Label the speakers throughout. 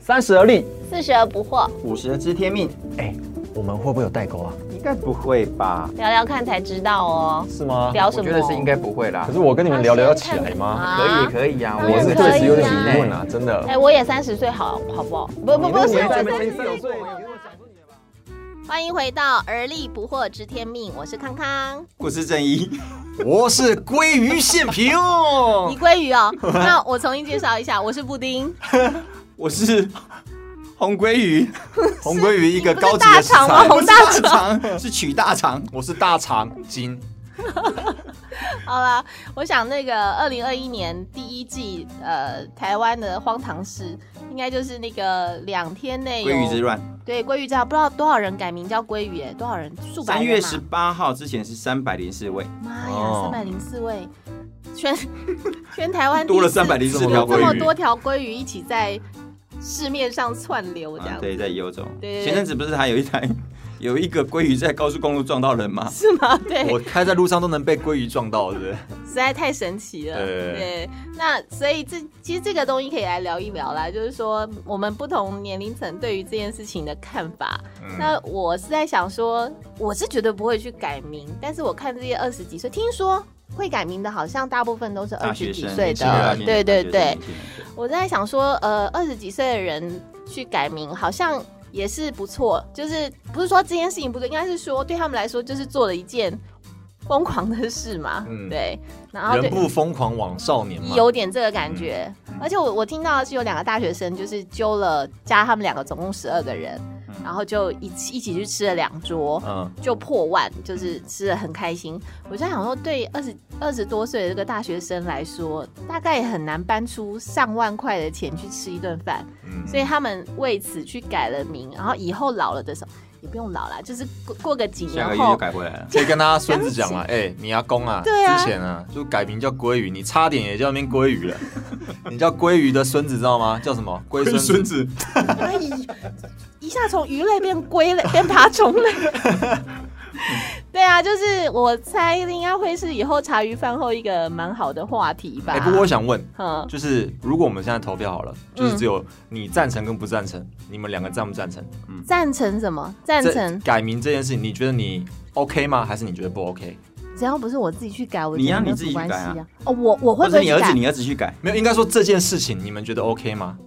Speaker 1: 三十而立，
Speaker 2: 四十而不惑，
Speaker 3: 五十知天命，
Speaker 1: 哎，我们会不会有代沟啊？
Speaker 3: 应该不会吧？
Speaker 2: 聊聊看才知道哦。
Speaker 1: 是吗？
Speaker 2: 聊什
Speaker 3: 我
Speaker 2: 么？
Speaker 3: 觉得是应该不会啦
Speaker 1: 可。是我跟你们聊聊要起来吗？
Speaker 3: 可以可以啊，
Speaker 2: 啊当
Speaker 1: 我
Speaker 2: 然
Speaker 1: 是
Speaker 2: 可以
Speaker 1: 确实有点
Speaker 2: 啊
Speaker 1: 疑问啊，真的
Speaker 2: 哎、。我也三十岁，好好不好？不不不是，我
Speaker 1: 这
Speaker 2: 三
Speaker 1: 么
Speaker 2: 十
Speaker 1: 三十岁，
Speaker 2: 欢迎回到而立不惑知天命，我是康康。
Speaker 3: 我是正一，
Speaker 4: 我是鲑鱼现评哦
Speaker 2: 你，鲑鱼 哦，那我重新介绍一下，我是布丁，
Speaker 4: 我是红鲑鱼，红鲑鱼一个
Speaker 2: 不是
Speaker 4: 高级
Speaker 2: 大
Speaker 4: 的食
Speaker 2: 肠吗？
Speaker 4: 材，
Speaker 2: 红大肠。
Speaker 4: 肠是取大肠，我是大肠精。
Speaker 2: 好了，我想那个二零二一年第一季，呃，台湾的荒唐事，应该就是那个两天内有
Speaker 3: 鲑鱼之乱。
Speaker 2: 对鲑鱼之乱，不知道多少人改名叫鲑鱼、哎，多少人？数百人
Speaker 3: 三月
Speaker 2: 嘛
Speaker 3: 十八号之前是三百零四位，
Speaker 2: 妈呀，
Speaker 1: 哦
Speaker 2: 三百零四位，全 全台湾
Speaker 3: 多了
Speaker 2: 第一次
Speaker 3: 304
Speaker 1: 条鲑
Speaker 2: 这
Speaker 1: 鱼
Speaker 2: 么多条鲑鱼一起在市面上窜流这
Speaker 3: 啊
Speaker 2: 样，，
Speaker 3: 对，在幽州。
Speaker 2: 对对对
Speaker 3: 前阵子不是还有一台有一个鲑鱼在高速公路撞到人吗？
Speaker 2: 是吗？对，
Speaker 4: 我开在路上都能被鲑鱼撞到，是不是？
Speaker 2: 实在太神奇了。
Speaker 4: 对
Speaker 2: 那所以这其实这个东西可以来聊一聊啦，就是说我们不同年龄层对于这件事情的看法。
Speaker 4: 嗯
Speaker 2: 那我是在想说，我是绝对不会去改名，但是我看这些二十几岁，听说会改名的，好像大部分都是
Speaker 3: 大
Speaker 2: 二十
Speaker 3: 学
Speaker 2: 几
Speaker 3: 生，
Speaker 2: 岁
Speaker 3: 年轻人大
Speaker 2: 的
Speaker 3: 学，生
Speaker 2: 对
Speaker 3: 大学
Speaker 2: 对
Speaker 3: 生
Speaker 2: 对
Speaker 3: 年。轻人
Speaker 2: 我在想说，呃，二十几岁的人去改名，好像也是不错。就是不是说这件事情不对，应该是说对他们来说，就是做了一件疯狂的事嘛。
Speaker 4: 嗯
Speaker 2: 对。然后
Speaker 4: 人
Speaker 2: 对，
Speaker 4: 不疯狂枉少年嘛。嗯
Speaker 2: 有点这个感觉。而且我我听到是有两个大学生，就是揪了加他们两个总共十二个人，然后就一起一起去吃了两桌。
Speaker 4: 嗯，
Speaker 2: 就破万，就是吃的很开心。我就想说，对二十二十多岁的这个大学生来说，大概也很难搬出上万块的钱去吃一顿饭，
Speaker 4: 嗯
Speaker 2: 所以他们为此去改了名，然后以后老了的时候也不用老了，就是过过个几
Speaker 3: 下个
Speaker 2: 年
Speaker 3: 月就
Speaker 2: 后，
Speaker 3: 改回来 了。
Speaker 4: 可以跟他孙子讲嘛，哎、你阿公啊，
Speaker 2: 对啊
Speaker 4: 之前啊就改名叫鲑鱼，你差点也叫那边鲑 鱼了，你叫鲑鱼的孙子知道吗？叫什么？龟孙子。
Speaker 3: 子，
Speaker 2: 哎，一下从鱼类变龟类，变爬虫 类。对啊，就是我猜应该会是以后茶余饭后一个蛮好的话题吧。
Speaker 4: 哎、不过我想问，
Speaker 2: 嗯，
Speaker 4: 就是如果我们现在投票好了，就
Speaker 2: 嗯
Speaker 4: 是只有你赞成跟不赞成，你们两个赞不赞成？
Speaker 2: 赞成什么？赞
Speaker 4: 这
Speaker 2: 成
Speaker 4: 改名这件事情，你觉得你 OK 吗？还是你觉得不 OK？
Speaker 2: 只要不是我自己去改，我
Speaker 3: 你
Speaker 2: 觉
Speaker 3: 呀
Speaker 2: 得没有
Speaker 3: 你自己
Speaker 2: 什么
Speaker 3: 去改
Speaker 2: 关
Speaker 3: 啊
Speaker 2: 系啊。哦，我我会
Speaker 3: 或
Speaker 2: 不
Speaker 3: 者
Speaker 2: 会
Speaker 3: 你
Speaker 2: 去
Speaker 3: 儿子，
Speaker 2: 改？
Speaker 3: 你儿子去改。
Speaker 4: 没有，应该说这件事情，你们觉得 OK 吗？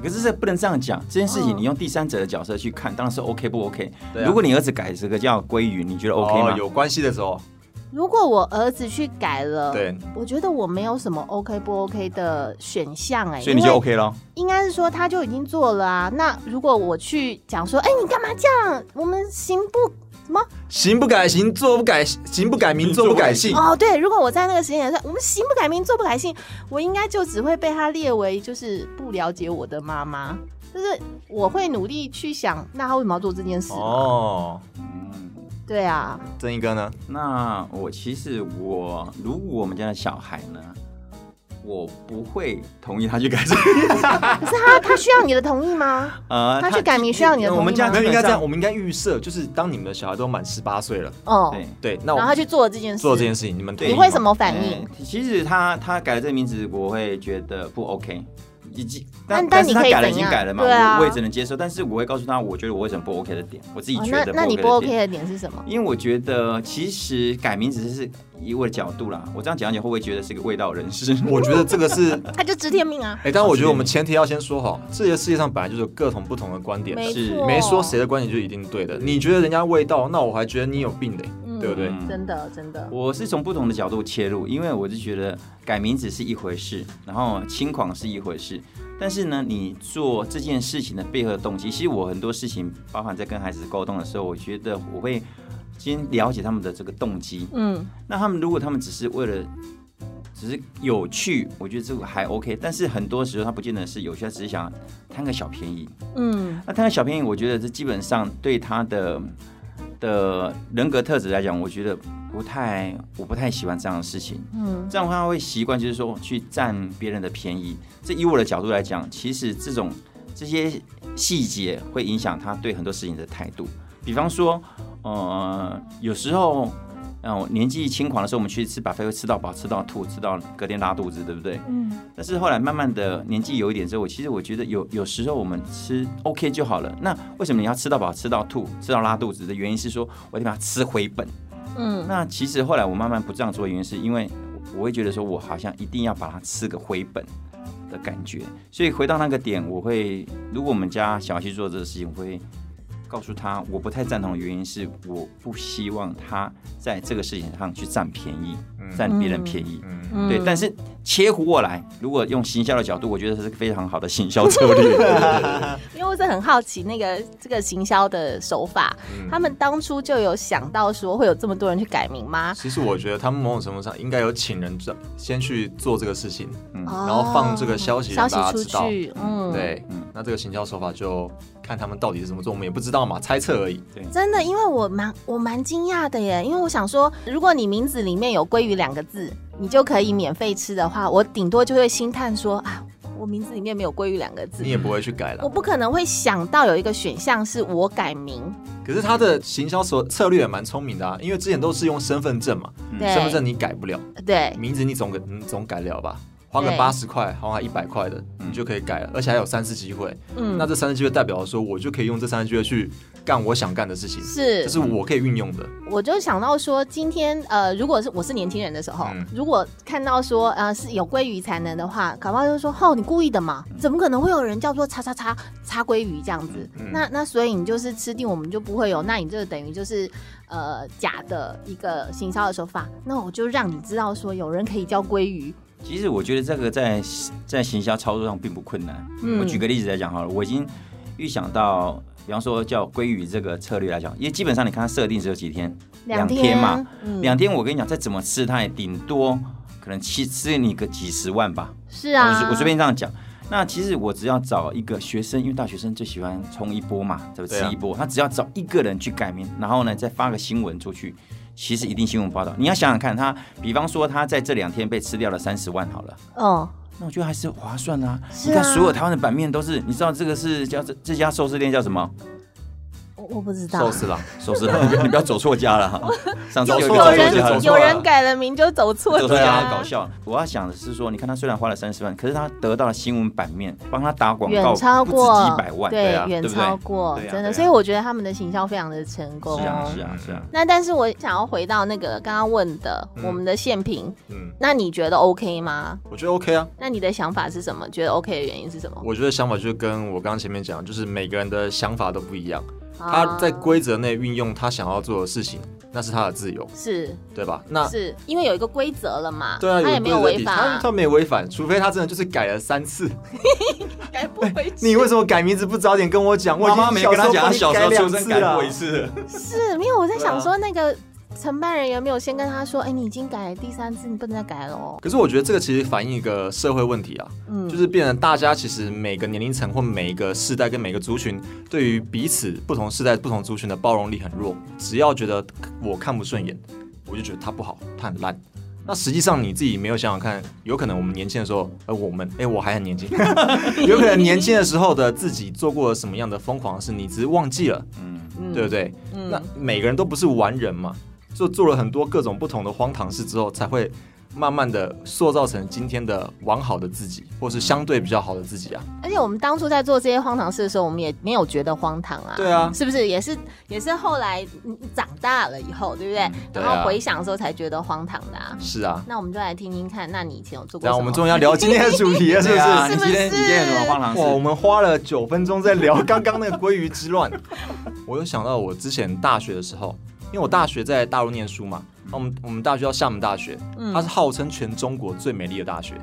Speaker 3: 可是这不能这样讲，这件事情
Speaker 2: 嗯
Speaker 3: 你用第三者的角色去看，当然是 OK 不 OK
Speaker 4: 对。啊
Speaker 3: 如果你儿子改这个叫鲑鱼，你觉得 OK
Speaker 4: 哦
Speaker 3: 吗？
Speaker 4: 有关系的时候，
Speaker 2: 如果我儿子去改了，
Speaker 4: 对，
Speaker 2: 我觉得我没有什么 OK 不 OK 的选项哎、
Speaker 3: 所以你
Speaker 2: 因
Speaker 3: 就
Speaker 2: 为
Speaker 3: OK 咯。
Speaker 2: 应该是说他就已经做了啊。那如果我去讲说，哎、你干嘛这样？我们行不？
Speaker 4: 行不改行，坐不改行不改名，
Speaker 3: 名
Speaker 4: 嗯坐
Speaker 3: 坐
Speaker 4: 不
Speaker 3: 不
Speaker 4: 改
Speaker 3: 改
Speaker 4: 姓。
Speaker 2: 哦，对，如果我在那个时间点说我们行不改名，坐不改姓，我应该就只会被他列为就是不了解我的妈妈。就是我会努力去想，那他为什么要做这件事？
Speaker 4: 哦，
Speaker 3: 嗯，
Speaker 2: 对啊，
Speaker 4: 正一哥呢？
Speaker 3: 那我其实我，如果我们家的小孩呢，我不会同意他去改 这个。
Speaker 2: 可是他他需要你的同意吗？
Speaker 3: 呃
Speaker 2: 他去改名需要你的同意吗
Speaker 3: 我们家
Speaker 4: 没有，应该这样，
Speaker 3: 基
Speaker 4: 我们应该预设，就是当你们的小孩都满十八岁了，
Speaker 2: 哦，
Speaker 3: 本上。
Speaker 4: 对，那我
Speaker 2: 然后
Speaker 4: 们
Speaker 2: 他去做了这件事，
Speaker 4: 做这件事情，你哎们
Speaker 3: 对
Speaker 4: 同
Speaker 2: 你
Speaker 4: 意
Speaker 2: 会
Speaker 4: 吗
Speaker 2: 什？么反
Speaker 3: 对
Speaker 2: 应？，
Speaker 3: 哎其实他他改了这个名字，我会觉得不 OK。以及但
Speaker 2: 但
Speaker 3: 但
Speaker 2: 你
Speaker 3: 是他
Speaker 2: 可以
Speaker 3: 改了已
Speaker 2: 怎
Speaker 3: 经
Speaker 2: 样
Speaker 3: 改了嘛，
Speaker 2: 对啊
Speaker 3: 我我也只能接受。但是我会告诉他，我觉得我为什么不 OK 的点，我自己
Speaker 2: 哦
Speaker 3: 觉
Speaker 2: 那
Speaker 3: 得
Speaker 2: 那你
Speaker 3: 不
Speaker 2: 不
Speaker 3: OK 的
Speaker 2: OK
Speaker 3: 点。
Speaker 2: 的点是什么？
Speaker 3: 因为我觉得，其实改名字是以我的角度啦，我这样讲讲会不会觉得是个味道人士？
Speaker 4: 我觉得这 个是，
Speaker 2: 他就知天命啊，
Speaker 4: 哎，但我觉得我们前提要先说好，这个世界上本来就是有各种不同的观点的，
Speaker 2: 没
Speaker 3: 是
Speaker 2: 错，
Speaker 4: 没说谁的观点就一定对的。你觉得人家味道，那我还觉得你有病的，
Speaker 2: 嗯
Speaker 4: 对不对？
Speaker 2: 真的真的，
Speaker 3: 我是从不同的角度切入，因为我是觉得改名字是一回事，然后轻狂是一回事，但是呢，你做这件事情的背后的动机，其实我很多事情，包含在跟孩子沟通的时候，我觉得我会先了解他们的这个动机。
Speaker 2: 嗯，
Speaker 3: 那他们如果他们只是为了只是有趣，我觉得这个还 OK，但是很多时候他不见得是有趣，他只是想贪个小便宜。
Speaker 2: 嗯，
Speaker 3: 那贪个小便宜，我觉得这基本上对他的的人格特质来讲，我觉得不太，我不太喜欢这样的事情。
Speaker 2: 嗯，
Speaker 3: 这样的话会习惯就是说去占别人的便宜。这以我的角度来讲，其实这种这些细节会影响他对很多事情的态度。比方说，呃，有时候那我年纪轻狂的时候，我们去吃把飞会吃到饱、吃到吐、吃到隔天拉肚子，对不对？
Speaker 2: 嗯，
Speaker 3: 但是后来慢慢的年纪有一点之后，我其实我觉得有有时候我们吃 OK 就好了。那为什么你要吃到饱、吃到吐、吃到拉肚子的原因是说，我得把它吃回本。
Speaker 2: 嗯，
Speaker 3: 那其实后来我慢慢不这样做，的原因是因为我会觉得说，我好像一定要把它吃个回本的感觉。所以回到那个点，我会如果我们家小孩去做这个事情，我会告诉他，我不太赞同的原因是，我不希望他在这个事情上去占便宜，占别人便宜。
Speaker 4: 嗯，
Speaker 2: 嗯
Speaker 3: 对，但是切回过来，如果用行销的角度，我觉得这是个非常好的行销策略。
Speaker 2: 因为我是很好奇那个这个行销的手法，
Speaker 4: 嗯
Speaker 2: 他们当初就有想到说会有这么多人去改名吗？
Speaker 4: 其实我觉得他们某种程度上应该有请人这先去做这个事情，
Speaker 2: 然
Speaker 4: 嗯后放这个消息
Speaker 2: 哦消
Speaker 4: 让
Speaker 2: 息
Speaker 4: 大家
Speaker 2: 出
Speaker 4: 知道
Speaker 2: 去，嗯，。
Speaker 4: 对，那这个行销手法就看他们到底是怎么做，我们也不知道嘛，猜测而已。
Speaker 2: 真的，因为我蛮我蛮惊讶的耶，因为我想说，如果你名字里面有“鲑鱼”两个字，你就可以免费吃的话，我顶多就会心叹说啊，我名字里面没有“鲑鱼”两个字
Speaker 4: 你，也不会去改
Speaker 2: 我
Speaker 4: 了。
Speaker 2: 不可能会想到有一个选项是我改名，
Speaker 4: 可是他的行销手策略也蛮聪明的啊，因为之前都是用身份证嘛，
Speaker 2: 对
Speaker 4: 嗯身份证你改不了，
Speaker 2: 对，
Speaker 4: 名字你总你总改了吧？花个
Speaker 2: 对
Speaker 4: 八十块，花个一百块的，
Speaker 3: 嗯
Speaker 4: 你就可以改了，而且还有三次机会。
Speaker 2: 嗯
Speaker 4: 那，这三次机会代表说，我就可以用这三次机会去干我想干的事情，这
Speaker 2: 是
Speaker 4: 是我可以运用的。
Speaker 2: 我就想到说，今天呃，如果是我是年轻人的时候，
Speaker 4: 嗯
Speaker 2: 如果看到说呃是有鲑鱼才能的话，搞不好就说哦你故意的嘛，
Speaker 3: 嗯
Speaker 2: 怎么可能会有人叫做叉叉叉叉鲑鱼这样子？
Speaker 4: 嗯嗯
Speaker 2: 那那所以你就是吃定我们就不会有，那你这个等于就是呃假的一个行销的手法，那我就让你知道说有人可以叫鲑鱼，
Speaker 3: 其实我觉得这个在在行销操作上并不困难。
Speaker 2: 嗯
Speaker 3: 我举个例子来讲好了，我已经预想到，比方说叫鲑鱼这个策略来讲，因为基本上你看它设定只有几天，
Speaker 2: 天
Speaker 3: 嘛，，
Speaker 2: 嗯，
Speaker 3: 两天我跟你讲，再怎么吃它也顶多可能吃吃你个几十万吧。
Speaker 2: 是啊，
Speaker 3: 我随我随便这样讲。那其实我只要找一个学生，因为大学生最喜欢冲一波嘛，怎么
Speaker 4: 对
Speaker 3: 吃
Speaker 4: 啊
Speaker 3: 一波？他只要找一个人去改名，然后呢再发个新闻出去，其实一定新闻报道。你要想想看，他比方说他在这两天被吃掉了三十万好了。
Speaker 2: 嗯，
Speaker 3: 那我觉得还是划算啊！
Speaker 2: 是
Speaker 3: 你
Speaker 2: 啊
Speaker 3: 看所有台湾的版面都是，你知道这个是叫这这家寿司店叫什么？
Speaker 2: 我我不知道
Speaker 4: 寿。司郎，
Speaker 3: 寿司，你不要走错家了哈。上次有一个
Speaker 4: 走错
Speaker 2: 有
Speaker 4: 了
Speaker 3: 走错
Speaker 4: 就走
Speaker 2: 人
Speaker 3: 家
Speaker 2: 有
Speaker 4: 错了
Speaker 2: 人改了名就走 错
Speaker 3: 这个
Speaker 2: 家，
Speaker 3: 非常啊搞笑。我要想的是说，你看他虽然花了三十万，可是他得到了新闻版面，帮他打广告，
Speaker 2: 远超
Speaker 3: 不
Speaker 2: 过
Speaker 3: 止几百万，
Speaker 2: 对
Speaker 4: 对，啊
Speaker 2: 远
Speaker 3: 对不对
Speaker 2: 超过
Speaker 3: 对，啊
Speaker 2: 真
Speaker 3: 对
Speaker 2: 的，
Speaker 3: 啊
Speaker 2: 所以我觉得他们的行销非常的成功。
Speaker 3: 是啊，是啊，是啊。
Speaker 2: 那但是我想要回到那个刚刚问的
Speaker 4: 嗯
Speaker 2: 我们的现评，
Speaker 4: 嗯，
Speaker 2: 那你觉得 OK 吗？
Speaker 4: 我觉得 OK 啊。
Speaker 2: 那你的想法是什么？觉得 OK 的原因是什么？
Speaker 4: 我觉得想法就跟我刚刚前面讲，就是每个人的想法都不一样，他在
Speaker 2: 啊
Speaker 4: 规则内运用他想要做的事情，那是他的自由，
Speaker 2: 是
Speaker 4: 对吧？那
Speaker 2: 是因为有一个规则了嘛，
Speaker 4: 啊对啊，
Speaker 2: 他也没有
Speaker 4: 规则
Speaker 2: 违
Speaker 4: 底
Speaker 2: 法
Speaker 4: 他， 他没有违反，除非他真的就是改了三次。
Speaker 2: 改不回去
Speaker 4: 你为什么改名字不早点跟我讲？我已
Speaker 3: 妈
Speaker 4: 经
Speaker 3: 妈没跟他讲，他小时候
Speaker 4: 帮
Speaker 3: 出
Speaker 4: 你
Speaker 3: 生
Speaker 4: 改
Speaker 3: 改
Speaker 4: 两
Speaker 3: 过一
Speaker 4: 次了。啊
Speaker 3: 次了。
Speaker 2: 是没有我在想说那个承办人有没有先跟他说，哎，你已经改了第三次，你不能再改了哦。
Speaker 4: 可是我觉得这个其实反映一个社会问题啊，
Speaker 2: 嗯
Speaker 4: 就是变成大家其实每个年龄层或每一个世代跟每个族群，对于彼此不同世代、不同族群的包容力很弱。只要觉得我看不顺眼，我就觉得他不好，他很烂。那实际上你自己没有想想看，有可能我们年轻的时候，呃，我们，哎，我还很年 轻，有可能年轻的时候的自己做过了什么样的疯狂的事，你只是忘记了，
Speaker 3: 嗯，
Speaker 2: 嗯
Speaker 4: 对不对？
Speaker 2: 嗯
Speaker 4: 那每个人都不是完人嘛，就做了很多各种不同的荒唐事之后，才会慢慢的塑造成今天的完好的自己，或是相对比较好的自己啊。
Speaker 2: 而且我们当初在做这些荒唐事的时候，我们也没有觉得荒唐啊，
Speaker 4: 对啊
Speaker 2: 是不是？也是也是后来嗯长大了以后，对不对？
Speaker 4: 对啊
Speaker 2: 然后回想的时候才觉得荒唐的、啊。
Speaker 4: 是啊，
Speaker 2: 那我们就来听听看，那你以前有做过
Speaker 4: 然
Speaker 2: 什
Speaker 4: 后
Speaker 2: 么？
Speaker 4: 我们终于要聊今天的主题了，是不
Speaker 3: 对
Speaker 4: 是？
Speaker 3: 啊，你
Speaker 2: 是不
Speaker 3: 今天你今天有什么荒唐
Speaker 4: 哇，我
Speaker 3: 事？
Speaker 4: 们花了九分钟在聊刚刚那个鲑鱼之乱。 我又想到我之前大学的时候，因为我大学在大陆念书嘛，那我们我们大学叫厦门大学，
Speaker 2: 嗯
Speaker 4: 它是号称全中国最美丽的大学，